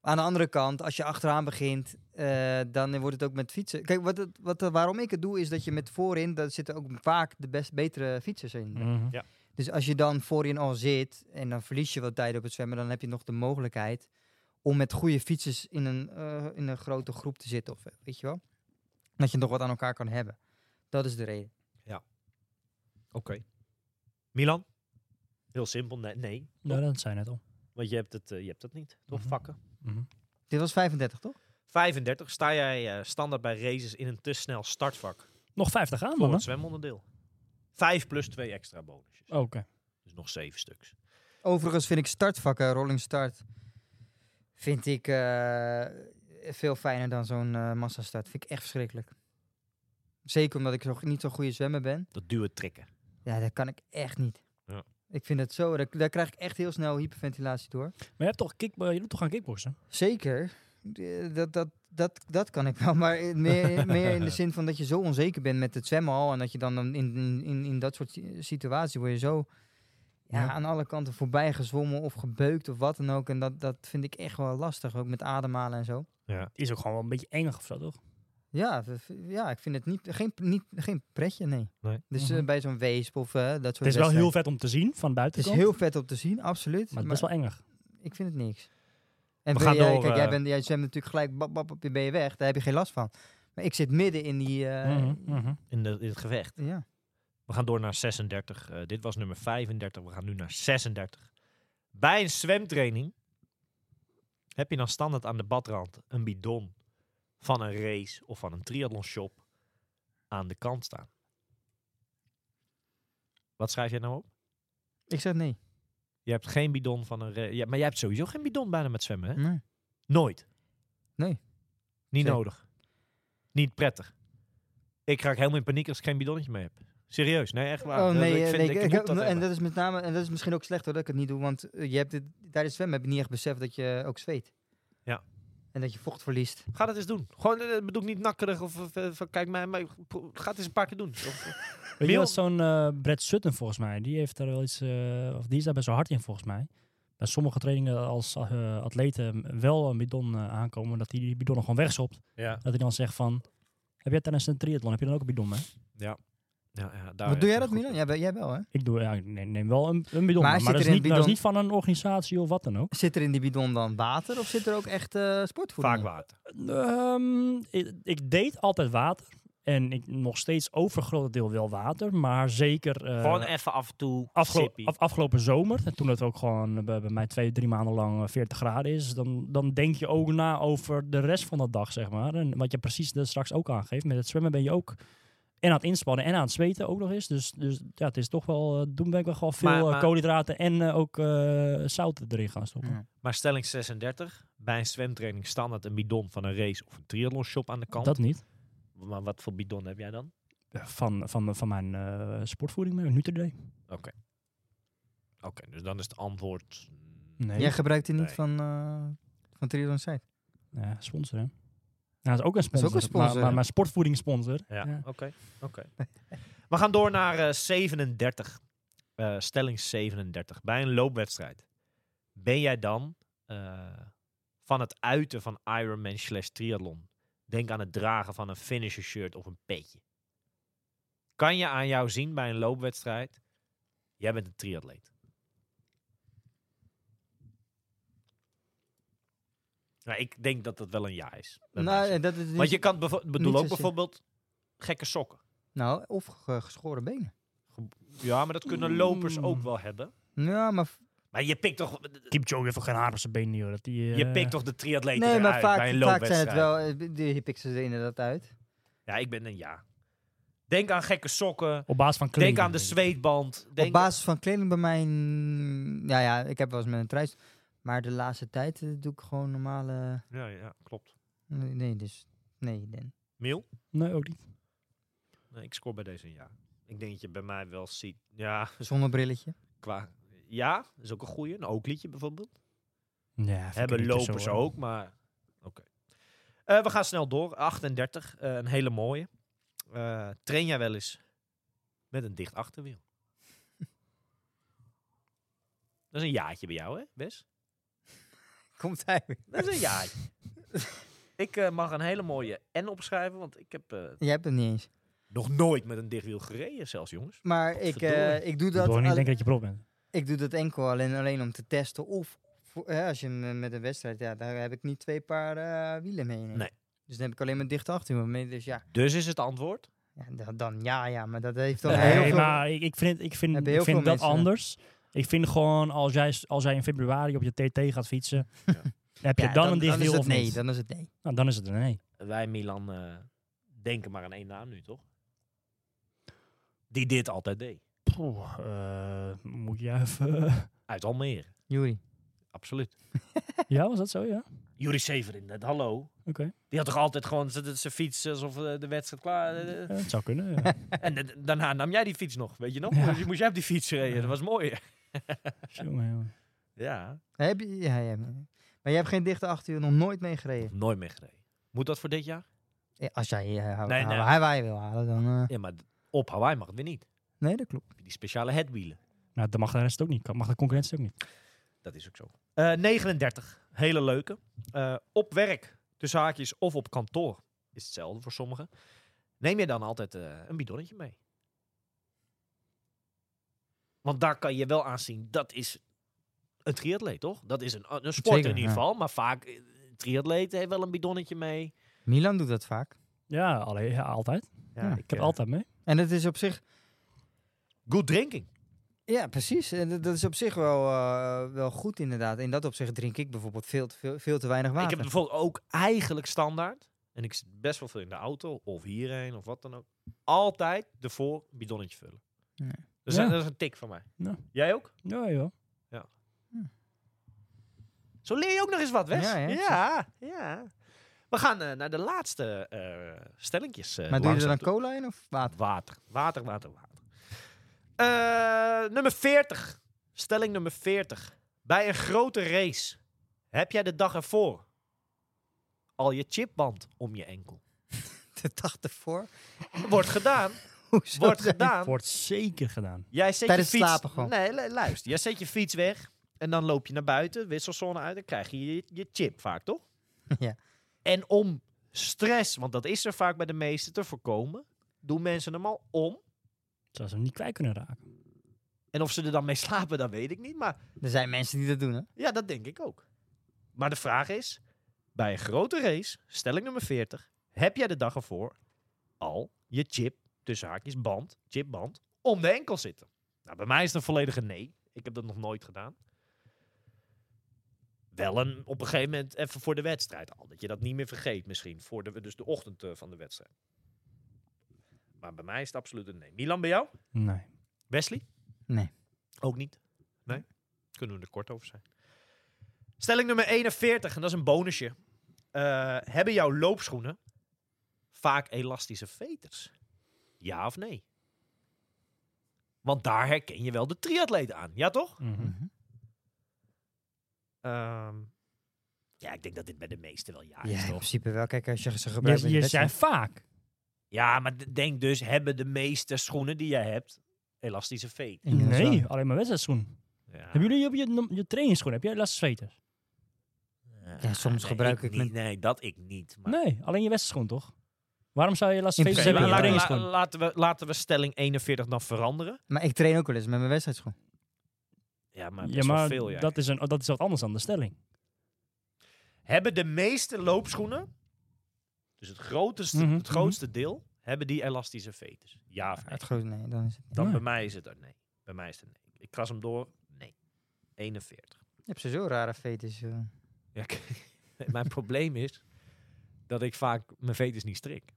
Aan de andere kant, als je achteraan begint, eh, dan wordt het ook met fietsen. Kijk, wat, het- wat, waarom ik het doe, is dat je met voorin, daar zitten ook vaak de best betere fietsers in. Mhm. Ja. Dus als je dan voorin al zit en dan verlies je wat tijd op het zwemmen, dan heb je nog de mogelijkheid om met goede fietsers in een, eh, in een grote groep te zitten. Of eh, weet je wel? Dat je nog wat aan elkaar kan hebben. Dat is de reden. Oké. Milan? Heel simpel, nee. nee. Ja, dat zei je net al. Want je hebt, het, eh, je hebt dat niet. Toch Mhm. vakken? Dit was 35, toch? 35. Sta jij eh, standaard bij races in een te snel startvak Nog 50 aan, Voor man. hè? het zwemonderdeel. Vijf plus twee extra bonusjes. Oké. Dus nog zeven stuks. Overigens vind ik startvakken, rolling start, vind ik eh, veel fijner dan zo'n eh massastart. Vind ik echt verschrikkelijk. Zeker omdat ik zo, niet zo'n goede zwemmer ben. Dat duwe trekken. Ja, dat kan ik echt niet. Ja. Ik vind het zo, daar, daar krijg ik echt heel snel hyperventilatie door. je, hebt toch kick, eh, je doet toch aan kickboksen? Zeker. Eh, Dat, dat, dat, dat kan ik wel. Maar eh, meer, meer in de zin van dat je zo onzeker bent met het zwemmen al. En dat je dan dan in, in, in- in dat soort si- situatie word je zo ja, Ja. aan alle kanten voorbij gezwommen of gebeukt of wat dan ook. En dat, dat vind ik echt wel lastig. Ook met ademhalen en zo. Is ook gewoon wel een beetje engig of zo, toch? Ja, v- v- ja ik vind het niet, geen, niet, geen pretje, nee. Nee. Dus eh, Mhm. bij zo'n weesp of eh, dat Het soort is wel wedstrijden. heel vet om te zien van Het is buitenkant. heel vet om te zien, absoluut. Maar het Maar is best wel engig. ik vind het niks. En We ben gaan jij, door, kijk, jij, eh, bent, jij zwemt natuurlijk gelijk, bap, bap, bap, ben je weg. Daar heb je geen last van. Maar ik zit midden in die... eh, Mhm, mhm. In, de, in het gevecht. Ja. We gaan door naar 36. Eh, dit was nummer 35. We gaan nu naar 36. Bij een zwemtraining heb je dan standaard aan de badrand een bidon van een race of van een triathlonshop aan de kant staan. Wat schrijf jij nou op? Ik zeg nee. Je hebt geen bidon van een... ra- Ja, maar jij hebt sowieso geen bidon bijna met zwemmen, hè? Nee. Nooit. Nee. Niet Zeker. nodig. Niet prettig. Ik raak helemaal in paniek als ik geen bidonnetje mee heb. Serieus, nee, echt waar. Oh, Dat- nee, ik eh, vind- nee, ik ik- moet ik heb- dat en hebben. dat is met name, en dat is misschien ook slecht hoor, dat ik het niet doe, want eh, je hebt het, tijdens zwemmen heb je niet echt beseft dat je ook zweet. Ja. En dat je vocht verliest. Ga dat eens doen. Gewoon, eh, bedoel ik niet nakkerig of, of, eh, van kijk mij, maar pro- ga het eens een paar keer doen. Of, Weet je Mil- wat zo'n eh Brett Sutton volgens mij, die heeft daar wel iets, eh, of die is daar best wel hard in volgens mij. Bij sommige trainingen als eh, atleten wel een bidon eh, aankomen, dat hij die bidon nog gewoon wegstopt. ja, Dat hij dan zegt van, heb jij tijdens een triathlon, heb je dan ook een bidon mee? ja. ja, ja daar Wat doe jij heb dat, je goed Milan? Jij, wel- jij wel, hè? Ik doe, ja, ik neem, neem wel een, een bidon Maar maar, zit maar dat, er is in niet, dat is bidon- niet van een organisatie of wat dan ook. Zit er in die bidon dan water of zit er ook echt eh sportvoeding Vaak in? water. Ehm, ik, ik deed altijd water. En ik nog steeds overgrote deel wel water, maar zeker... eh, Gewoon even af en toe Afgelo sippie. af- afgelopen zomer, en toen het ook gewoon eh, bij, bij mij twee, drie maanden lang eh, 40 graden is, dan, dan denk je ook na over de rest van de dag, zeg maar. En wat je precies er straks ook aangeeft, met het zwemmen ben je ook en aan het inspannen en aan het zweten ook nog eens. Dus, dus ja, het is toch wel, eh, doen ben ik wel gewoon veel Maar- eh, maar- Mm, koolhydraten en eh, ook eh, zout erin gaan stoppen. Ja. Maar stelling 36. Bij een zwemtraining standaard een bidon van een race of een triathlonshop aan de kant. Dat niet. Maar wat voor bidon heb jij dan? Van, van, van mijn eh, sportvoeding, mijn Nutri-Day. Oké, dus dan is het antwoord... mm, Nee. Jij gebruikt het niet Nee. van, eh van Triathlon Site? Ja, sponsor, hè. Ja, dat is ook een is sponsor. ook een maar- sponsor. Maar, maar sportvoeding sponsor. Ja, Ja. oké. oké. We gaan door naar eh, 37. Eh, stelling 37. Bij een loopwedstrijd. Ben jij dan eh, van het uiten van Ironman slash triathlon? Denk aan het dragen van een finisher shirt of een petje. Kan je aan jou zien bij een loopwedstrijd? Jij bent een triatleet. Nou, ik denk dat dat wel een ja is. bij mij. Nou, eh, dat is Want niet- je kan bevo- bedoel ook zozeer. bijvoorbeeld gekke sokken. Nou, of ge- geschoren benen. Ja, maar dat kunnen lopers Mm. ook wel hebben. Ja, maar v- Maar je pikt toch, Kipchoge heeft ook geen haar op zijn benen, joh. Dat die, je eh, pikt toch de triatleten nee, maar eruit vaak, bij een vaak zijn loopwedstrijd. het wel, eh, b- die pikken ze er inderdaad uit. Ja, ik ben een ja. Denk aan gekke sokken. Op basis van Denk kleding. aan de zweetband. Denk Op basis van kleding bij mij, mm, ja, ja, ik heb wel eens met een truis. Maar de laatste tijd eh, doe ik gewoon normale, Ja, ja, klopt. nee, nee, dus, nee, Dan. Mil? Nee, ook niet. Nee, ik scoor bij deze een ja. Ik denk dat je bij mij wel ziet. Ja, Zonnebrilletje. qua... Ja, dat is ook een goeie. Een ookliedje bijvoorbeeld. Ja, Hebben lopers ook, maar oké. Eh, we gaan snel door. 38, eh, een hele mooie. Eh, train jij wel eens met een dicht achterwiel? Dat is een jaartje bij jou, hè, Bes? Komt hij weer. Dat is een jaartje. ik eh, mag een hele mooie N opschrijven, want ik heb eh, Jij hebt het niet eens. nog nooit met een dichtwiel gereden, zelfs jongens. Maar ik, eh, Potverdorie. ik doe Ik dat... wil al- niet denken dat je prof bent. Ik doe dat enkel alleen, alleen om te testen. Of voor- hè, als je me- met een wedstrijd, ja, daar heb ik niet twee paar eh, wielen mee. Nee. Dus dan heb ik alleen maar dicht achter me. mee. Dus ja, Dus is het antwoord. ja, da- dan ja, ja, maar dat heeft dan heel Nee, veel. maar ik, ik vind, ik vind, Hebben ik heel vind veel dat mensen. anders. Ik vind gewoon, als jij, als jij in februari op je TT gaat fietsen, heb je Ja, dan, een dicht is wiel het of nee, niet? dan is het nee. Nou, dan is het een nee. Wij, Milan, eh, denken maar aan één naam nu, toch? Die dit altijd deed. Poeh, eh, moet je even... Uit Almere, Juri. absoluut. ja, was dat zo, ja? Juri Severin, net hallo. Die had toch altijd gewoon z- z- zijn fiets alsof eh, de wedstrijd klaar... eh, eh. Ja, het zou kunnen. ja. En eh, daarna nam jij die fiets nog, weet je nog? Ja. Dus je moest jij op die fiets rijden, dat was mooi. Jongen, jongen. Ja, Heb je, ja, ja. Maar jij hebt geen dichte achterwiel nog nooit meegereden. nooit meer gereden. Moet dat voor dit jaar? Eh, Als jij eh, hou- Nee, nee. hou- Hawaii wil halen, dan... eh, Ja, maar d- op Hawaii mag het weer niet. nee, dat klopt. Heb je Die speciale headwielen. Nou, dan mag de rest ook niet. Mag de concurrentie ook niet. Dat is ook zo. Eh, 39. Hele leuke. Eh, op werk, tussen haakjes, of op kantoor. Is hetzelfde voor sommigen. Neem je dan altijd eh, een bidonnetje mee? Want daar kan je wel aan zien, dat is een triatleet, toch? Dat is een, een sport Zeker, in ieder ja. geval. Maar vaak, eh, een triatleet heeft wel een bidonnetje mee. Milan doet dat vaak. Ja, alle- ja, altijd. Ja, Ik eh, heb altijd mee. En dat is op zich... Good drinking. Ja, precies. En dat, dat is op zich wel, eh, wel goed inderdaad. In dat opzicht drink ik bijvoorbeeld veel te, veel, veel te weinig water. Ik heb bijvoorbeeld ook eigenlijk standaard, en ik zit best wel veel in de auto, of hierheen, of wat dan ook, altijd ervoor een bidonnetje vullen. Ja. Dat, is, Ja. dat is een tik van mij. Ja. Jij ook? Ja, joh. Zo leer je ook nog eens wat, Wes. Ja, Ja, hè? ja. We gaan eh, naar de laatste eh stellingjes. eh, maar doe je er langzaam dan toe. cola in of water? Water, water, water, water. Eh, nummer 40. Stelling nummer 40. Bij een grote race heb jij de dag ervoor al je chipband om je enkel. De dag ervoor? Wordt gedaan. Hoezo? wordt gedaan. Wordt zeker gedaan. Jij zet Tijdens je fiets... slapen gewoon. Nee, lu- luister. Jij zet je fiets weg en dan loop je naar buiten, wisselzone uit, dan krijg je je, je chip vaak, toch? Ja. En om stress, want dat is er vaak bij de meesten, te voorkomen, doen mensen hem al om. Zou ze hem niet kwijt kunnen raken. En of ze er dan mee slapen, dat weet ik niet, maar Er zijn mensen die dat doen, hè? ja, dat denk ik ook. Maar de vraag is, bij een grote race, stelling nummer 40, heb jij de dag ervoor al je chip, tussen haakjes, band, chipband, om de enkel zitten? Nou, bij mij is het een volledige nee. Ik heb dat nog nooit gedaan. Wel een, op een gegeven moment even voor de wedstrijd al. Dat je dat niet meer vergeet misschien. Voor de, dus de ochtend eh, van de wedstrijd. Maar bij mij is het absoluut een nee. Milan, bij jou? Nee. Wesley? Nee. Ook niet? Nee? Kunnen we er kort over zijn. Stelling nummer 41, en dat is een bonusje. Eh, hebben jouw loopschoenen vaak elastische veters? Ja of nee? Want daar herken je wel de triatleet aan, ja toch? Mhm. Mhm. Ehm, ja, ik denk dat dit bij de meesten wel ja Ja, Ah, is, in toch? principe wel. Kijk, als je ze gebruikt... Je, bij de je zei wedstrijd- vaak. Ja, maar d- denk dus, hebben de meeste schoenen die jij hebt elastische veters? Ik denk dat wel. Nee, alleen maar wedstrijdschoen. Ja. Hebben jullie op je, je trainingsschoen, heb jij last veters? Ja, soms Eh, nee, gebruik ik niet. mijn- Nee, dat ik niet. Maar... Nee, alleen je wedstrijdschoen toch? Waarom zou je last In veters Oké, hebben principe in je la- la- la- trainingsschoen? laten, we, laten we stelling 41 dan veranderen. Maar ik train ook wel eens met mijn wedstrijdschoen. Ja, maar Ja, best wel maar veel. Ja. dat is, een, dat is wat anders dan de stelling. Hebben de meeste loopschoenen, dus het, grootste, Mhm, het grootste deel, hebben die elastische veters? Ja of nee? Het groot, nee, dan is het... Dan Nee. bij mij is het een nee. Bij mij is het een nee. Ik kras hem door, nee. 41. Je hebt ze zo rare fetus. eh. Ja, ik- mijn probleem is dat ik vaak mijn veters niet strik.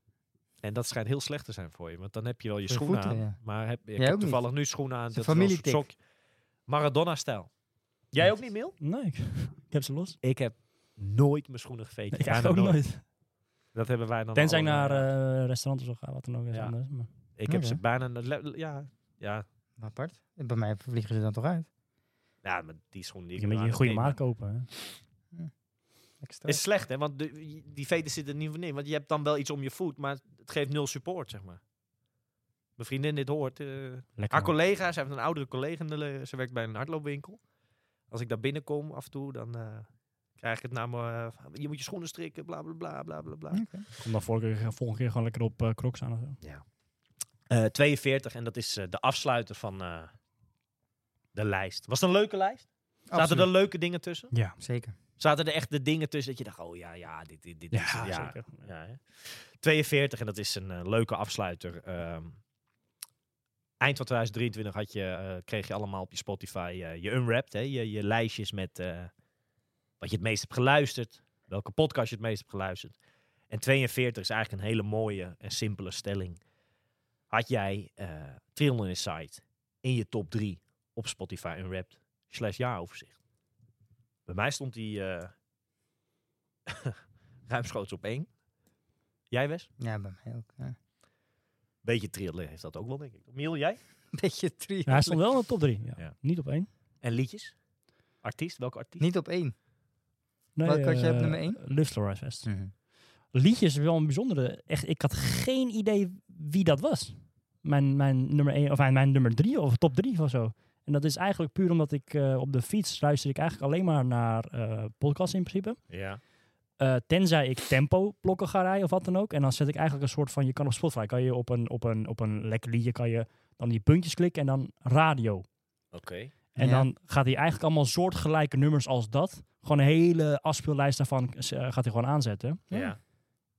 En dat schijnt heel slecht te zijn voor je. Want dan heb je wel je Voor je schoenen voeten, aan. ja. Maar heb, ik Jij ook heb niet. toevallig nu schoenen aan. Het is Dat een is wel een soort familietik. sok- Maradona-stijl. Jij ook niet, Mil? Nee, ik, ik heb ze los. Ik heb nooit mijn schoenen geveten. Ik Bijna eigenlijk ook nooit. Dat hebben wij dan Tenzij ik allemaal. naar eh restaurants of zo ga, wat dan ook is Ja. anders. Maar. Ik heb ze Oké. bijna... na- le- le- Ja, ja. Apart. Bij mij vliegen ze dan toch uit. ja, maar die schoenen... Die Je ik moet nu je een aan goede heb, maat kopen. hè. Lekker sterk. Is slecht, hè? Want de, die veters zitten er niet van in. Want je hebt dan wel iets om je voet, maar het geeft nul support, zeg maar. Mijn vriendin dit hoort. eh, Lekker. haar collega, zij heeft een oudere collega, in de le- ze werkt bij een hardloopwinkel. Als ik daar binnenkom af en toe, dan eh, krijg ik het namelijk... je moet je schoenen strikken, bla bla bla bla bla bla. Oké. Kom dan vorige keer, volgende keer gewoon lekker op eh, crocs aan of zo. Eh, 42, en dat is eh, de afsluiter van eh, de lijst. Was het een leuke lijst? Zaten Absoluut. er leuke dingen tussen? Ja. Zeker. Zaten er echt de dingen tussen dat je dacht, oh ja, ja, dit, dit, dit is... Ja, het, zeker. Ja, hè? 42, en dat is een eh, leuke afsluiter. Ehm, eind van 2023 had je, eh, kreeg je allemaal op je Spotify eh, je unwrapped, hè? Je, je lijstjes met eh, wat je het meest hebt geluisterd, welke podcast je het meest hebt geluisterd. En 42 is eigenlijk een hele mooie en simpele stelling. Had jij eh Triathlon Insight in je top 3 op Spotify Unwrapped slash jaaroverzicht? Bij mij stond die eh, Ruimschoots op één. Jij, Wes? Ja, bij mij ook. Ja. Beetje triathlon heeft dat ook wel, denk ik. Miel, jij? Beetje drie. hij stond wel in de top 3. Ja. Ja. Niet op één. En liedjes? Artiest? Welke artiest? Niet op één. Nee, Welke had je op eh, nummer één? Live to Rise West. Mhm. Liedjes wel een bijzondere. Echt, ik had geen idee wie dat was. Mijn, mijn nummer 1, of mijn, mijn nummer 3 of top 3 of zo. En dat is eigenlijk puur omdat ik eh, op de fiets luister ik eigenlijk alleen maar naar eh, podcasts in principe. Ja. Eh, tenzij ik tempo blokken ga rijden of wat dan ook. En dan zet ik eigenlijk een soort van, je kan op Spotify, kan je op een, op een, op een lekker liedje, kan je dan die puntjes klikken en dan radio. Oké. En Ja. dan gaat hij eigenlijk allemaal soortgelijke nummers als dat. Gewoon een hele afspeellijst daarvan eh, gaat hij gewoon aanzetten. Ja.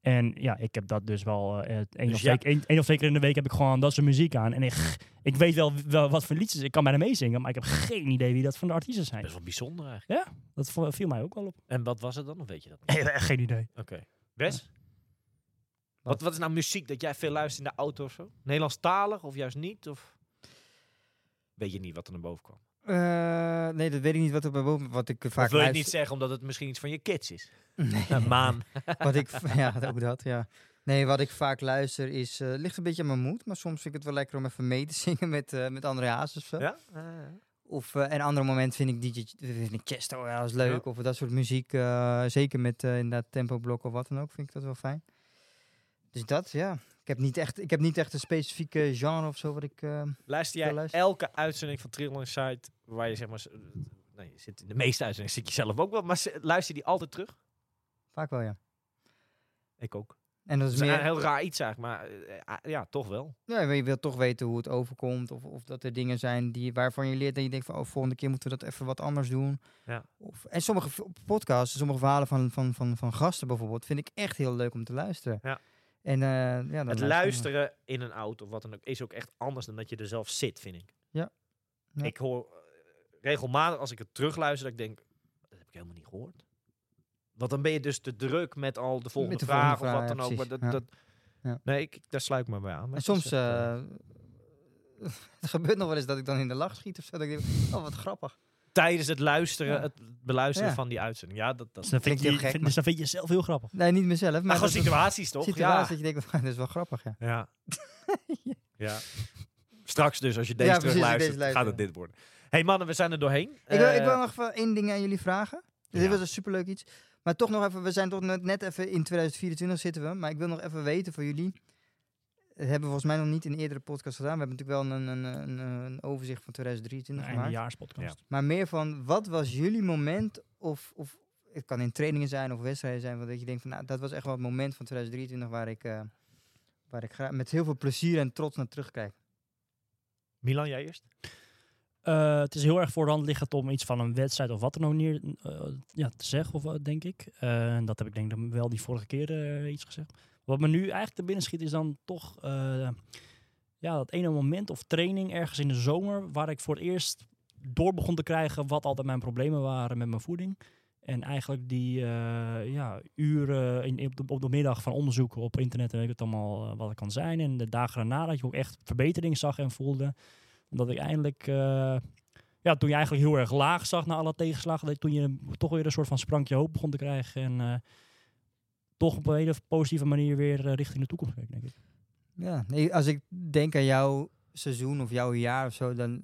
En ja, ik heb dat dus wel eh, eh, één Dus of, ja. twee, één- één of twee keer in de week heb ik gewoon dat soort muziek aan. En ik, ik weet wel, wel wat voor liedjes, ik kan bijna meezingen, maar ik heb geen idee wie dat van de artiesten zijn. Best wel bijzonder eigenlijk. Dat vo- viel mij ook wel op. En wat was het dan? Of weet je dat niet? Nee, echt geen idee. Oké. Wes? Wat, wat is nou muziek dat jij veel luistert in de auto of zo? Nederlandstalig of juist niet? Of weet je niet wat er naar boven kwam? Eh, nee, dat weet ik niet wat er bij boven... Wat ik vaak of wil je het luister- niet zeggen omdat het misschien iets van je kids is? Nee. Een maan. wat ik, ja, ook dat, ja. Nee, wat ik vaak luister is... eh, ligt een beetje aan mijn moed, maar soms vind ik het wel lekker om even mee te zingen met, eh met André Hazes of zo. Ja? Ah, Of eh, een ander moment vind ik DJ, vind ik Chesto wel eens leuk. Of dat soort muziek, eh, zeker met eh, inderdaad tempo blok of wat dan ook, vind ik dat wel fijn. Dus dat, ja. Ik heb niet echt, ik heb niet echt een specifieke genre of zo wat ik... eh, Luister jij Ja, luister. elke uitzending van Trill Site waar je zeg maar... z- eh, Nee, je zit in de meeste uitzendingen zit je zelf ook wel, maar z- luister je die altijd terug? vaak wel, ja. Ik ook. En Dat dat is is een meer... heel raar iets eigenlijk, maar eh, eh, ja, toch wel. Ja, maar je wilt toch weten hoe het overkomt. Of, of dat er dingen zijn die, waarvan je leert en je denkt van... Oh, volgende keer moeten we dat even wat anders doen. Ja. Of, en sommige v- podcasts, sommige verhalen van, van, van, van gasten bijvoorbeeld... vind ik echt heel leuk om te luisteren. Ja. En, eh, ja, dan luister Het ik nog. luisteren in een auto of wat dan ook is ook echt anders dan dat je er zelf zit, vind ik. Ja. Ja. Ik hoor eh, regelmatig als ik het terugluister, dat ik denk, dat heb ik helemaal niet gehoord. Want dan ben je dus te druk met al de volgende, de vraag, volgende of vraag, wat ja, dan ook. Maar precies. dat, Ja. dat, Ja. Nee, ik, daar sluit ik me bij aan. Maar En het soms is echt, eh, eh, het gebeurt nog wel eens dat ik dan in de lach schiet of zo. Dat ik denk, oh wat grappig. tijdens het luisteren, Ja. het beluisteren Ja. van die uitzending. Ja, dat, dat Dus dan, vind Klinkt je, heel gek, vind- maar- dus dan vind je jezelf heel grappig. Nee, niet mezelf. Maar, maar gewoon dat is- situaties toch? situaties dat je denkt, dat is wel grappig, ja. Ja. Ja. ja. Straks dus, als je deze Ja, precies, als je terugluistert, deze gaat luistert, het dit worden. hey mannen, we zijn er doorheen. ik, wil, ik Eh, wil nog even één ding aan jullie vragen. Dus Ja. Dit was een superleuk iets. Maar toch nog even, we zijn toch net, net even in 2024 zitten we. Maar ik wil nog even weten van jullie. Dat hebben we volgens mij nog niet in een eerdere podcast gedaan. We hebben natuurlijk wel een, een, een, een overzicht van 2023 Een gemaakt. eindejaarspodcast. Maar meer van, wat was jullie moment of, of het kan in trainingen zijn of wedstrijden zijn, van dat je denkt van, nou, dat was echt wel het moment van 2023 waar ik, eh, waar ik gra- met heel veel plezier en trots naar terugkijk. Milan, jij eerst? Eh, het is heel erg voor de hand liggend om iets van een wedstrijd of wat dan ook neer, eh, ja, te zeggen, of, wat, denk ik. Eh, en dat heb ik denk ik wel die vorige keer eh, iets gezegd. Wat me nu eigenlijk te binnen schiet is dan toch eh, ja, dat ene moment of training ergens in de zomer... waar ik voor het eerst door begon te krijgen wat altijd mijn problemen waren met mijn voeding. En eigenlijk die eh, ja, uren in, op, de, op de middag van onderzoeken op internet en weet ik het allemaal eh, wat het kan zijn. En de dagen daarna dat je ook echt verbetering zag en voelde. Dat ik eindelijk, eh, ja, toen je eigenlijk heel erg laag zag na alle tegenslagen, dat toen je toch weer een soort van sprankje hoop begon te krijgen. En eh, toch op een hele positieve manier weer eh, richting de toekomst keek, denk ik. Ja, nee, als ik denk aan jouw seizoen of jouw jaar of zo, dan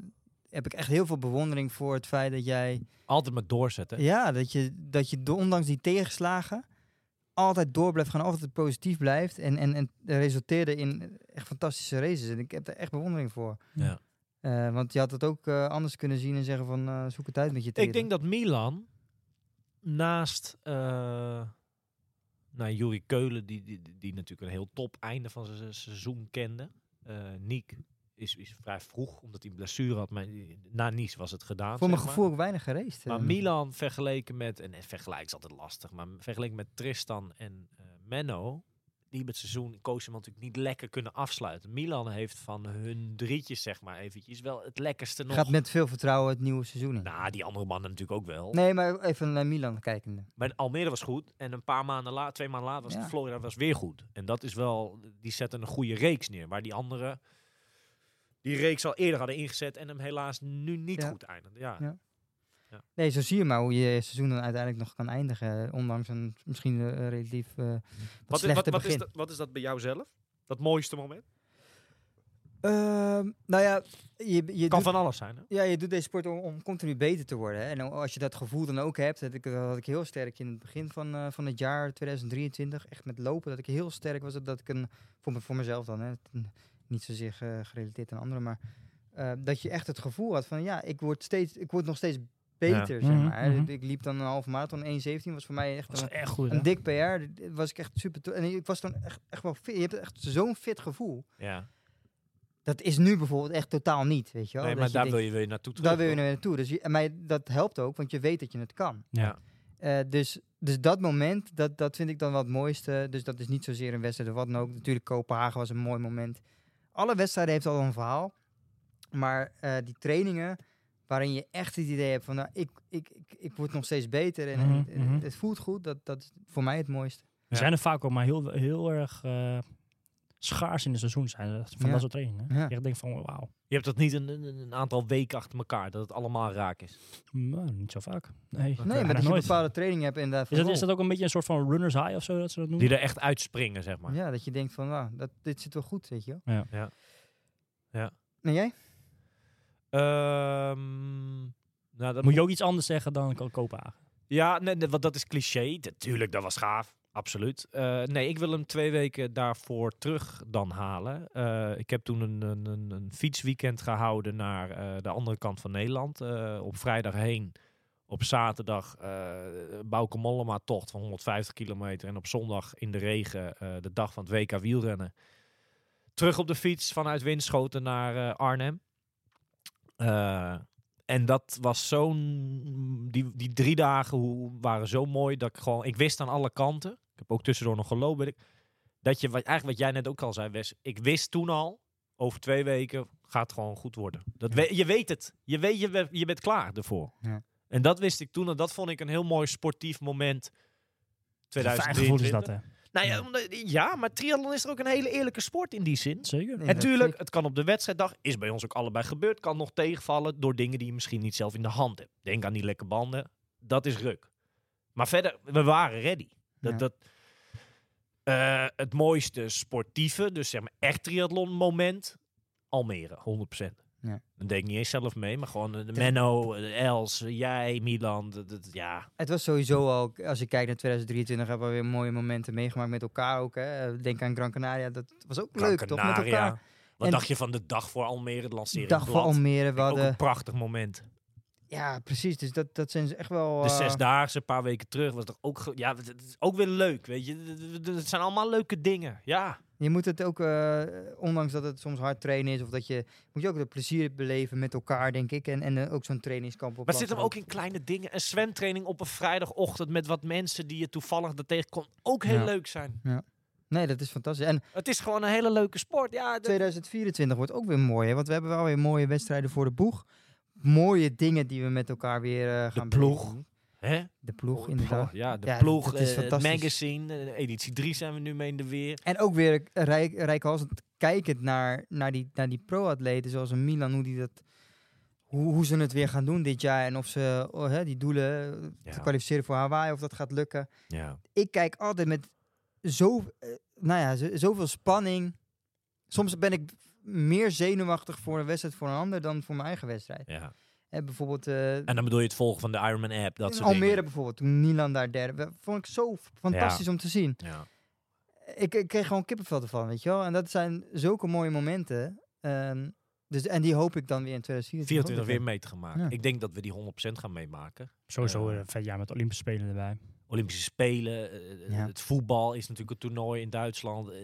heb ik echt heel veel bewondering voor het feit dat jij, Altijd maar doorzetten. ja, dat je, dat je do- ondanks die tegenslagen altijd door blijft gaan, altijd positief blijft en, en, en resulteerde in echt fantastische races. En ik heb daar echt bewondering voor. Ja. Eh, want je had het ook eh, anders kunnen zien en zeggen van eh, zoek het uit met je tering. Ik denk dat Milan naast eh nou, Juri Keulen, die, die, die natuurlijk een heel top einde van zijn seizoen kende. eh Niek is, is vrij vroeg, omdat hij een blessure had. Maar die- na Nice was het gedaan. Voor mijn zeg maar. gevoel ook weinig gereest. Maar eh. Milan vergeleken met, en eh, vergelijk is altijd lastig, maar vergeleken met Tristan en eh, Menno, die hebben het seizoen Koosje natuurlijk niet lekker kunnen afsluiten. Milan heeft van hun drietjes, zeg maar eventjes, wel het lekkerste nog. Gaat met veel vertrouwen het nieuwe seizoen in. Nou, die andere mannen natuurlijk ook wel. Nee, maar even naar Milan kijkende. Maar Almere was goed. En een paar maanden later, twee maanden later, was Ja. de Florida was weer goed. En dat is wel, die zetten een goede reeks neer. Maar die andere, die reeks al eerder hadden ingezet en hem helaas nu niet Ja. goed eindigde. Ja. Ja. Ja. Nee, zo zie je maar hoe je seizoen dan uiteindelijk nog kan eindigen. Ondanks een misschien eh, relatief eh wat, Wat, is, slechter wat, wat, begin. is dat, wat is dat bij jou zelf? Dat mooiste moment? Ehm, nou ja, je, je kan doet, van alles zijn. Hè? ja, je doet deze sport om, om continu beter te worden. Hè. En als je dat gevoel dan ook hebt, dat, ik, dat had ik heel sterk in het begin van, eh, van het jaar 2023, echt met lopen, dat ik heel sterk was. Dat ik een, voor, me- voor mezelf dan, hè, het- niet zozeer eh, gerelateerd aan anderen, maar eh, dat je echt het gevoel had van ja, ik word, steeds, ik word nog steeds beter, zeg Mhm, maar. hè. mhm. Ik liep dan een halve marathon, 1.17 was voor mij echt Dat is een, echt goed. een hè? dik PR. Dit Was ik echt super... to- En ik was toen echt, echt wel fit. Je hebt echt zo'n fit gevoel. Ja. Dat is nu bijvoorbeeld echt totaal niet, weet je wel. Nee, Dat maar je daar denkt, wil je weer naartoe terug. daar wil je hoor. naar naartoe. Dus je, en mij, dat helpt ook, want je weet dat je het kan. Ja. Eh, dus, dus dat moment, dat, dat vind ik dan wel het mooiste. Dus dat is niet zozeer een wedstrijd of wat dan ook. Natuurlijk, Kopenhagen was een mooi moment. Alle wedstrijden heeft al een verhaal. Maar eh, die trainingen waarin je echt het idee hebt van... Nou, ik, ik, ik, ik word nog steeds beter en, en Mhm, het- mhm. het voelt goed. Dat, dat is voor mij het mooiste. Ja. Er zijn er vaak ook, maar heel, heel erg eh, schaars in het seizoen zijn er van Ja. dat soort trainingen. Ja. Je echt denkt van, wauw, Je hebt dat niet een, een, een aantal weken achter elkaar, dat het allemaal raak is. nou, niet zo vaak. Nee, Nee, bijna maar dat je nooit. bepaalde training hebt en daarvan. Is dat, is dat ook een beetje een soort van runner's high of zo dat ze dat noemen? Die er echt uitspringen, zeg maar. Ja, dat je denkt van, wauw, dat, dit zit wel goed, weet je wel. Ja. Ja. Ja. En jij? Ehm, nou, dat Moet je ook iets anders zeggen dan Ko- Kopenhagen? Ja, nee, nee, want dat is cliché. Natuurlijk, dat was gaaf. Absoluut. Eh, nee, ik wil hem twee weken daarvoor terug dan halen. Eh, ik heb toen een, een, een, een fietsweekend gehouden naar eh, de andere kant van Nederland. Eh, op vrijdag heen. Op zaterdag eh Bauke Mollema tocht van 150 kilometer. En op zondag in de regen eh, de dag van het WK wielrennen. Terug op de fiets vanuit Winschoten naar eh, Arnhem. Eh, en dat was zo'n. Die, die drie dagen hoe, waren zo mooi dat ik gewoon. Ik wist aan alle kanten. Ik heb ook tussendoor nog gelopen. weet ik, Dat je, wat, eigenlijk wat jij net ook al zei, Wes. Ik wist toen al. Over twee weken gaat het gewoon goed worden. Dat we- je weet het. Je, weet, je, bent- je bent klaar ervoor. Ja. En dat wist ik toen. En dat vond ik een heel mooi sportief moment. Fijn gevoel is 2023. dat, hè? Nou ja, Ja. omdat- ja, maar triathlon is er ook een hele eerlijke sport in die zin. Zeker. Nee. En dat tuurlijk, zeker. het kan op de wedstrijddag, is bij ons ook allebei gebeurd, kan nog tegenvallen door dingen die je misschien niet zelf in de hand hebt. Denk aan die lekke banden, dat is ruk. Maar verder, we waren ready. Dat, Ja. dat, eh, het mooiste sportieve, dus zeg maar echt triathlon moment, Almere, 100%. Ja. Dan denk ik niet eens zelf mee, maar gewoon eh, de Menno, eh, Els, eh, jij, Milan, dat, dat- ja. Het was sowieso al, als ik kijk naar 2023, hebben we weer mooie momenten meegemaakt met elkaar ook. Hè. Eh, Denk aan Gran Canaria, dat was ook leuk toch met Gran Canaria. elkaar. Wat En- dacht je van de dag voor Almere, het lanceren? Dag van Almere, we Ook een hadden... prachtig moment. Ja, precies, dus dat, dat zijn ze echt wel... De eh, zesdaagse, een paar weken terug, was toch ook... ge- Ja, het het is ook weer leuk, weet je. D- d- d- Het zijn allemaal leuke dingen, ja. Je moet het ook, eh, ondanks dat het soms hard trainen is, of dat je... Moet je ook het plezier beleven met elkaar, denk ik. En, en eh, ook zo'n trainingskamp op Maar het zit hem ook Lanzarote. in kleine dingen. Een zwemtraining op een vrijdagochtend met wat mensen die je toevallig er tegenkomt. Ook heel Ja. leuk zijn. Nee, dat is fantastisch. En Het is gewoon een hele leuke sport, ja. d- 2024 wordt ook weer mooi, hè? want we hebben wel weer mooie wedstrijden voor de boeg. Mooie dingen die we met elkaar weer eh, gaan ploeg. beleven. Hè? De ploeg, inderdaad. Oh, Ja, de Ja, ploeg, dat is eh, het fantastisch. magazine, eh, editie 3 zijn we nu mee in de weer. En ook weer eh, rijk, rijkhalsend kijkend naar, naar die, naar die pro-atleten zoals een Milan, hoe, die dat, hoe, hoe ze het weer gaan doen dit jaar. En of ze oh, hè, die doelen eh, te Ja, kwalificeren voor Hawaii, of dat gaat lukken. ja. Ik kijk altijd met zo, eh, nou ja, zo- zoveel spanning. Soms ben ik meer zenuwachtig voor een wedstrijd voor een ander dan voor mijn eigen wedstrijd. ja. En bijvoorbeeld eh, En dan bedoel je het volgen van de Ironman app, dat in soort Almere dingen. bijvoorbeeld, toen Milan daar derde. werd, Vond ik zo f- fantastisch om te zien. Ja. ik, ik kreeg gewoon kippenvel ervan, weet je wel. En dat zijn zulke mooie momenten. Ehm, dus, en die hoop ik dan weer in 2024. 24 ook te weer hebben. mee te gaan maken. Ja. Ik denk dat we die 100% gaan meemaken. Sowieso Ja. een vet jaar met Olympische Spelen erbij. Olympische Spelen, eh, Ja. het voetbal is natuurlijk een toernooi in Duitsland. eh,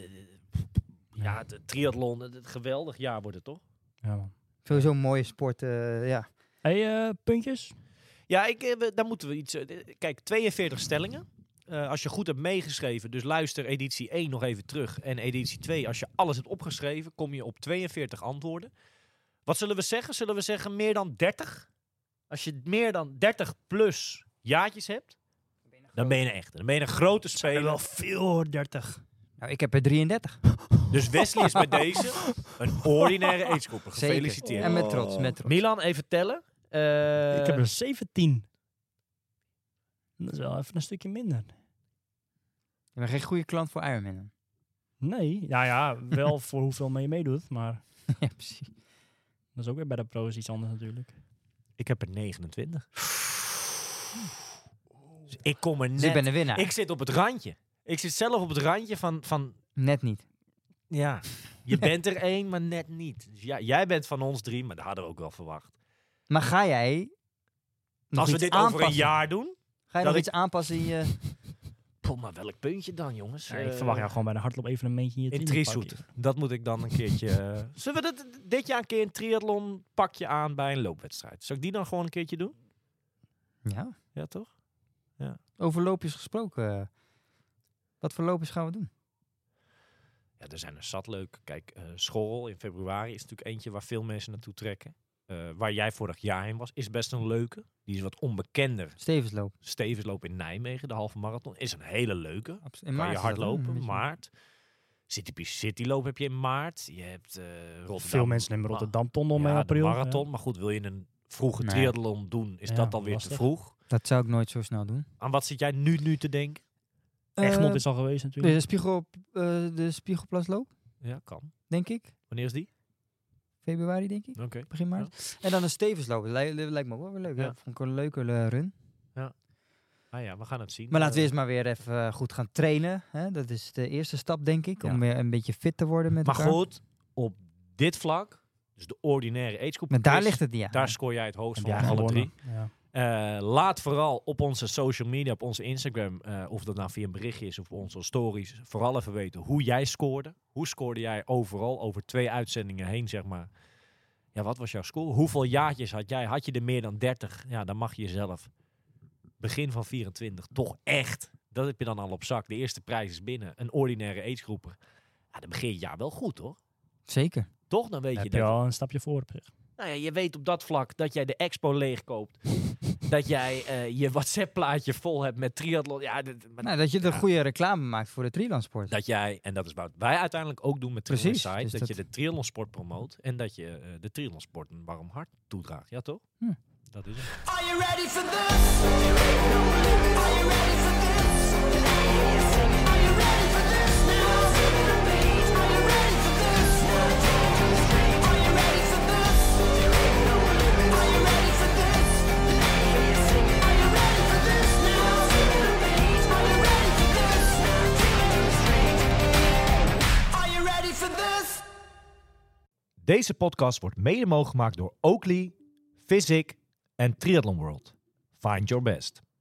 ja, het, het triathlon, het, het geweldig jaar wordt het toch? Ja, man. Sowieso mooie sporten, eh, ja. hey, eh, puntjes? Ja, ik, eh, we- daar moeten we iets... eh, eh, kijk, 42 stellingen. Eh, als je goed hebt meegeschreven, dus luister editie 1 nog even terug. En editie 2, als je alles hebt opgeschreven, kom je op 42 antwoorden. Wat zullen we zeggen? Zullen we zeggen meer dan 30? Als je meer dan 30 plus jaartjes hebt, dan ben je een echte. Dan ben je een grote speler. veel hoor, 30. Nou, ik heb er 33. Dus Wesley is bij deze een ordinaire aidsgroeper. Zeker. Gefeliciteerd. En met trots, met trots. Milan, even tellen. Eh, ik heb er 17. Dat is wel even een stukje minder. Je bent geen goede klant voor Ironman. dan. Nee, ja, ja, wel voor hoeveel mee je meedoet, maar ja, precies. dat is ook weer bij de pro's iets anders natuurlijk. Dus, ik heb er 29. Dus ik kom er net... Dus ik ben de winnaar. ik zit op het randje. Ik zit zelf op het randje van... van Net niet. ja, je bent er één, maar net niet. Dus ja, jij bent van ons drie, maar dat hadden we ook wel verwacht. Maar ga jij nog Als we iets dit aanpassen? over een jaar doen... Ga je dat nog ik- iets aanpassen in je... Poh, maar welk puntje dan, jongens? Ja, ik Eh, verwacht jou gewoon bij een hardloop evenementje in je In trainingspakje. Trisoet. Dat moet ik dan een keertje... eh, Zullen we dit, dit jaar een keer een triathlon pakje aan bij een loopwedstrijd? Zal ik die dan gewoon een keertje doen? Ja, Ja, toch? over loopjes gesproken. eh, Wat voor loopjes gaan we doen? Ja, er zijn er zat leuk. Kijk, eh Schorrel in februari is natuurlijk eentje waar veel mensen naartoe trekken. Eh, waar jij vorig jaar heen was, is best een leuke. Die is wat onbekender. Stevensloop. Stevensloop in Nijmegen, de halve marathon, is een hele leuke. Abs- in Kan maart je is dat, hè? Een hardlopen, beetje- maart. City Beach City loop heb je in maart. Je hebt eh, Rotterdam. Veel mensen nemen eh, Rotterdam Tondel mee ja, in de april. marathon. Maar goed, wil je een vroege Nee. triathlon doen, is Ja, dat alweer lastig. te vroeg. Dat zou ik nooit zo snel doen. Aan wat zit jij nu, nu te denken? Ja. Egmond Eh, is al geweest natuurlijk. de, spiegel, eh, de Spiegelplasloop, Ja, kan. denk ik. Wanneer is die? Februari, denk ik. Oké. Begin maart. En dan een Stevensloop. Dat lij- lijkt me ook wel weer leuk. Ja. Ja. Vond ik een leuke eh, run. Ah ja, we gaan het zien. Maar laten we Eh, eerst maar weer even eh, goed gaan trainen. Hè? Dat is de eerste stap, denk ik. Ja. Om weer een beetje fit te worden met Maar elkaar. goed, op dit vlak, dus de ordinaire agegroep, Maar daar ligt het niet aan. daar scoor jij het hoogst Heb van jij alle drie. gewonnen. Ja. Eh, laat vooral op onze social media, op onze Instagram, eh, of dat nou via een berichtje is of op onze stories, vooral even weten hoe jij scoorde. Hoe scoorde jij overal over twee uitzendingen heen, zeg maar? Ja, wat was jouw score? Hoeveel jaartjes had jij? Had je er meer dan 30? Ja, dan mag je jezelf begin van 24 toch echt. Dat heb je dan al op zak. De eerste prijs is binnen. Een ordinaire agegroeper. Ja, dan begin je het jaar wel goed, hoor. Zeker. Toch? Dan weet je Heb dat. je al een stapje voor eh, op zich. Nou ja, je weet op dat vlak dat jij de expo leegkoopt. dat jij eh, je WhatsApp-plaatje vol hebt met triathlon. Ja, dit- maar Nou, dat je de goede reclame maakt voor de triathlonsport. dat jij, en dat is wat wij uiteindelijk ook doen met Triathlon Precies, Insight, dus dat, dat- je de triathlonsport promoot. En dat je eh, de triathlonsport een warm hart toedraagt. Ja, toch? Hm. Dat is het. Are you ready for this? Are you ready for this? Are you ready for this now? Are you ready for this? Are you ready for this? Are you ready for this? Are you ready for this now? Are you ready for this? Are you ready for this? Deze podcast wordt mede mogelijk gemaakt door Oakley, Physic en Triathlon World. Find your best.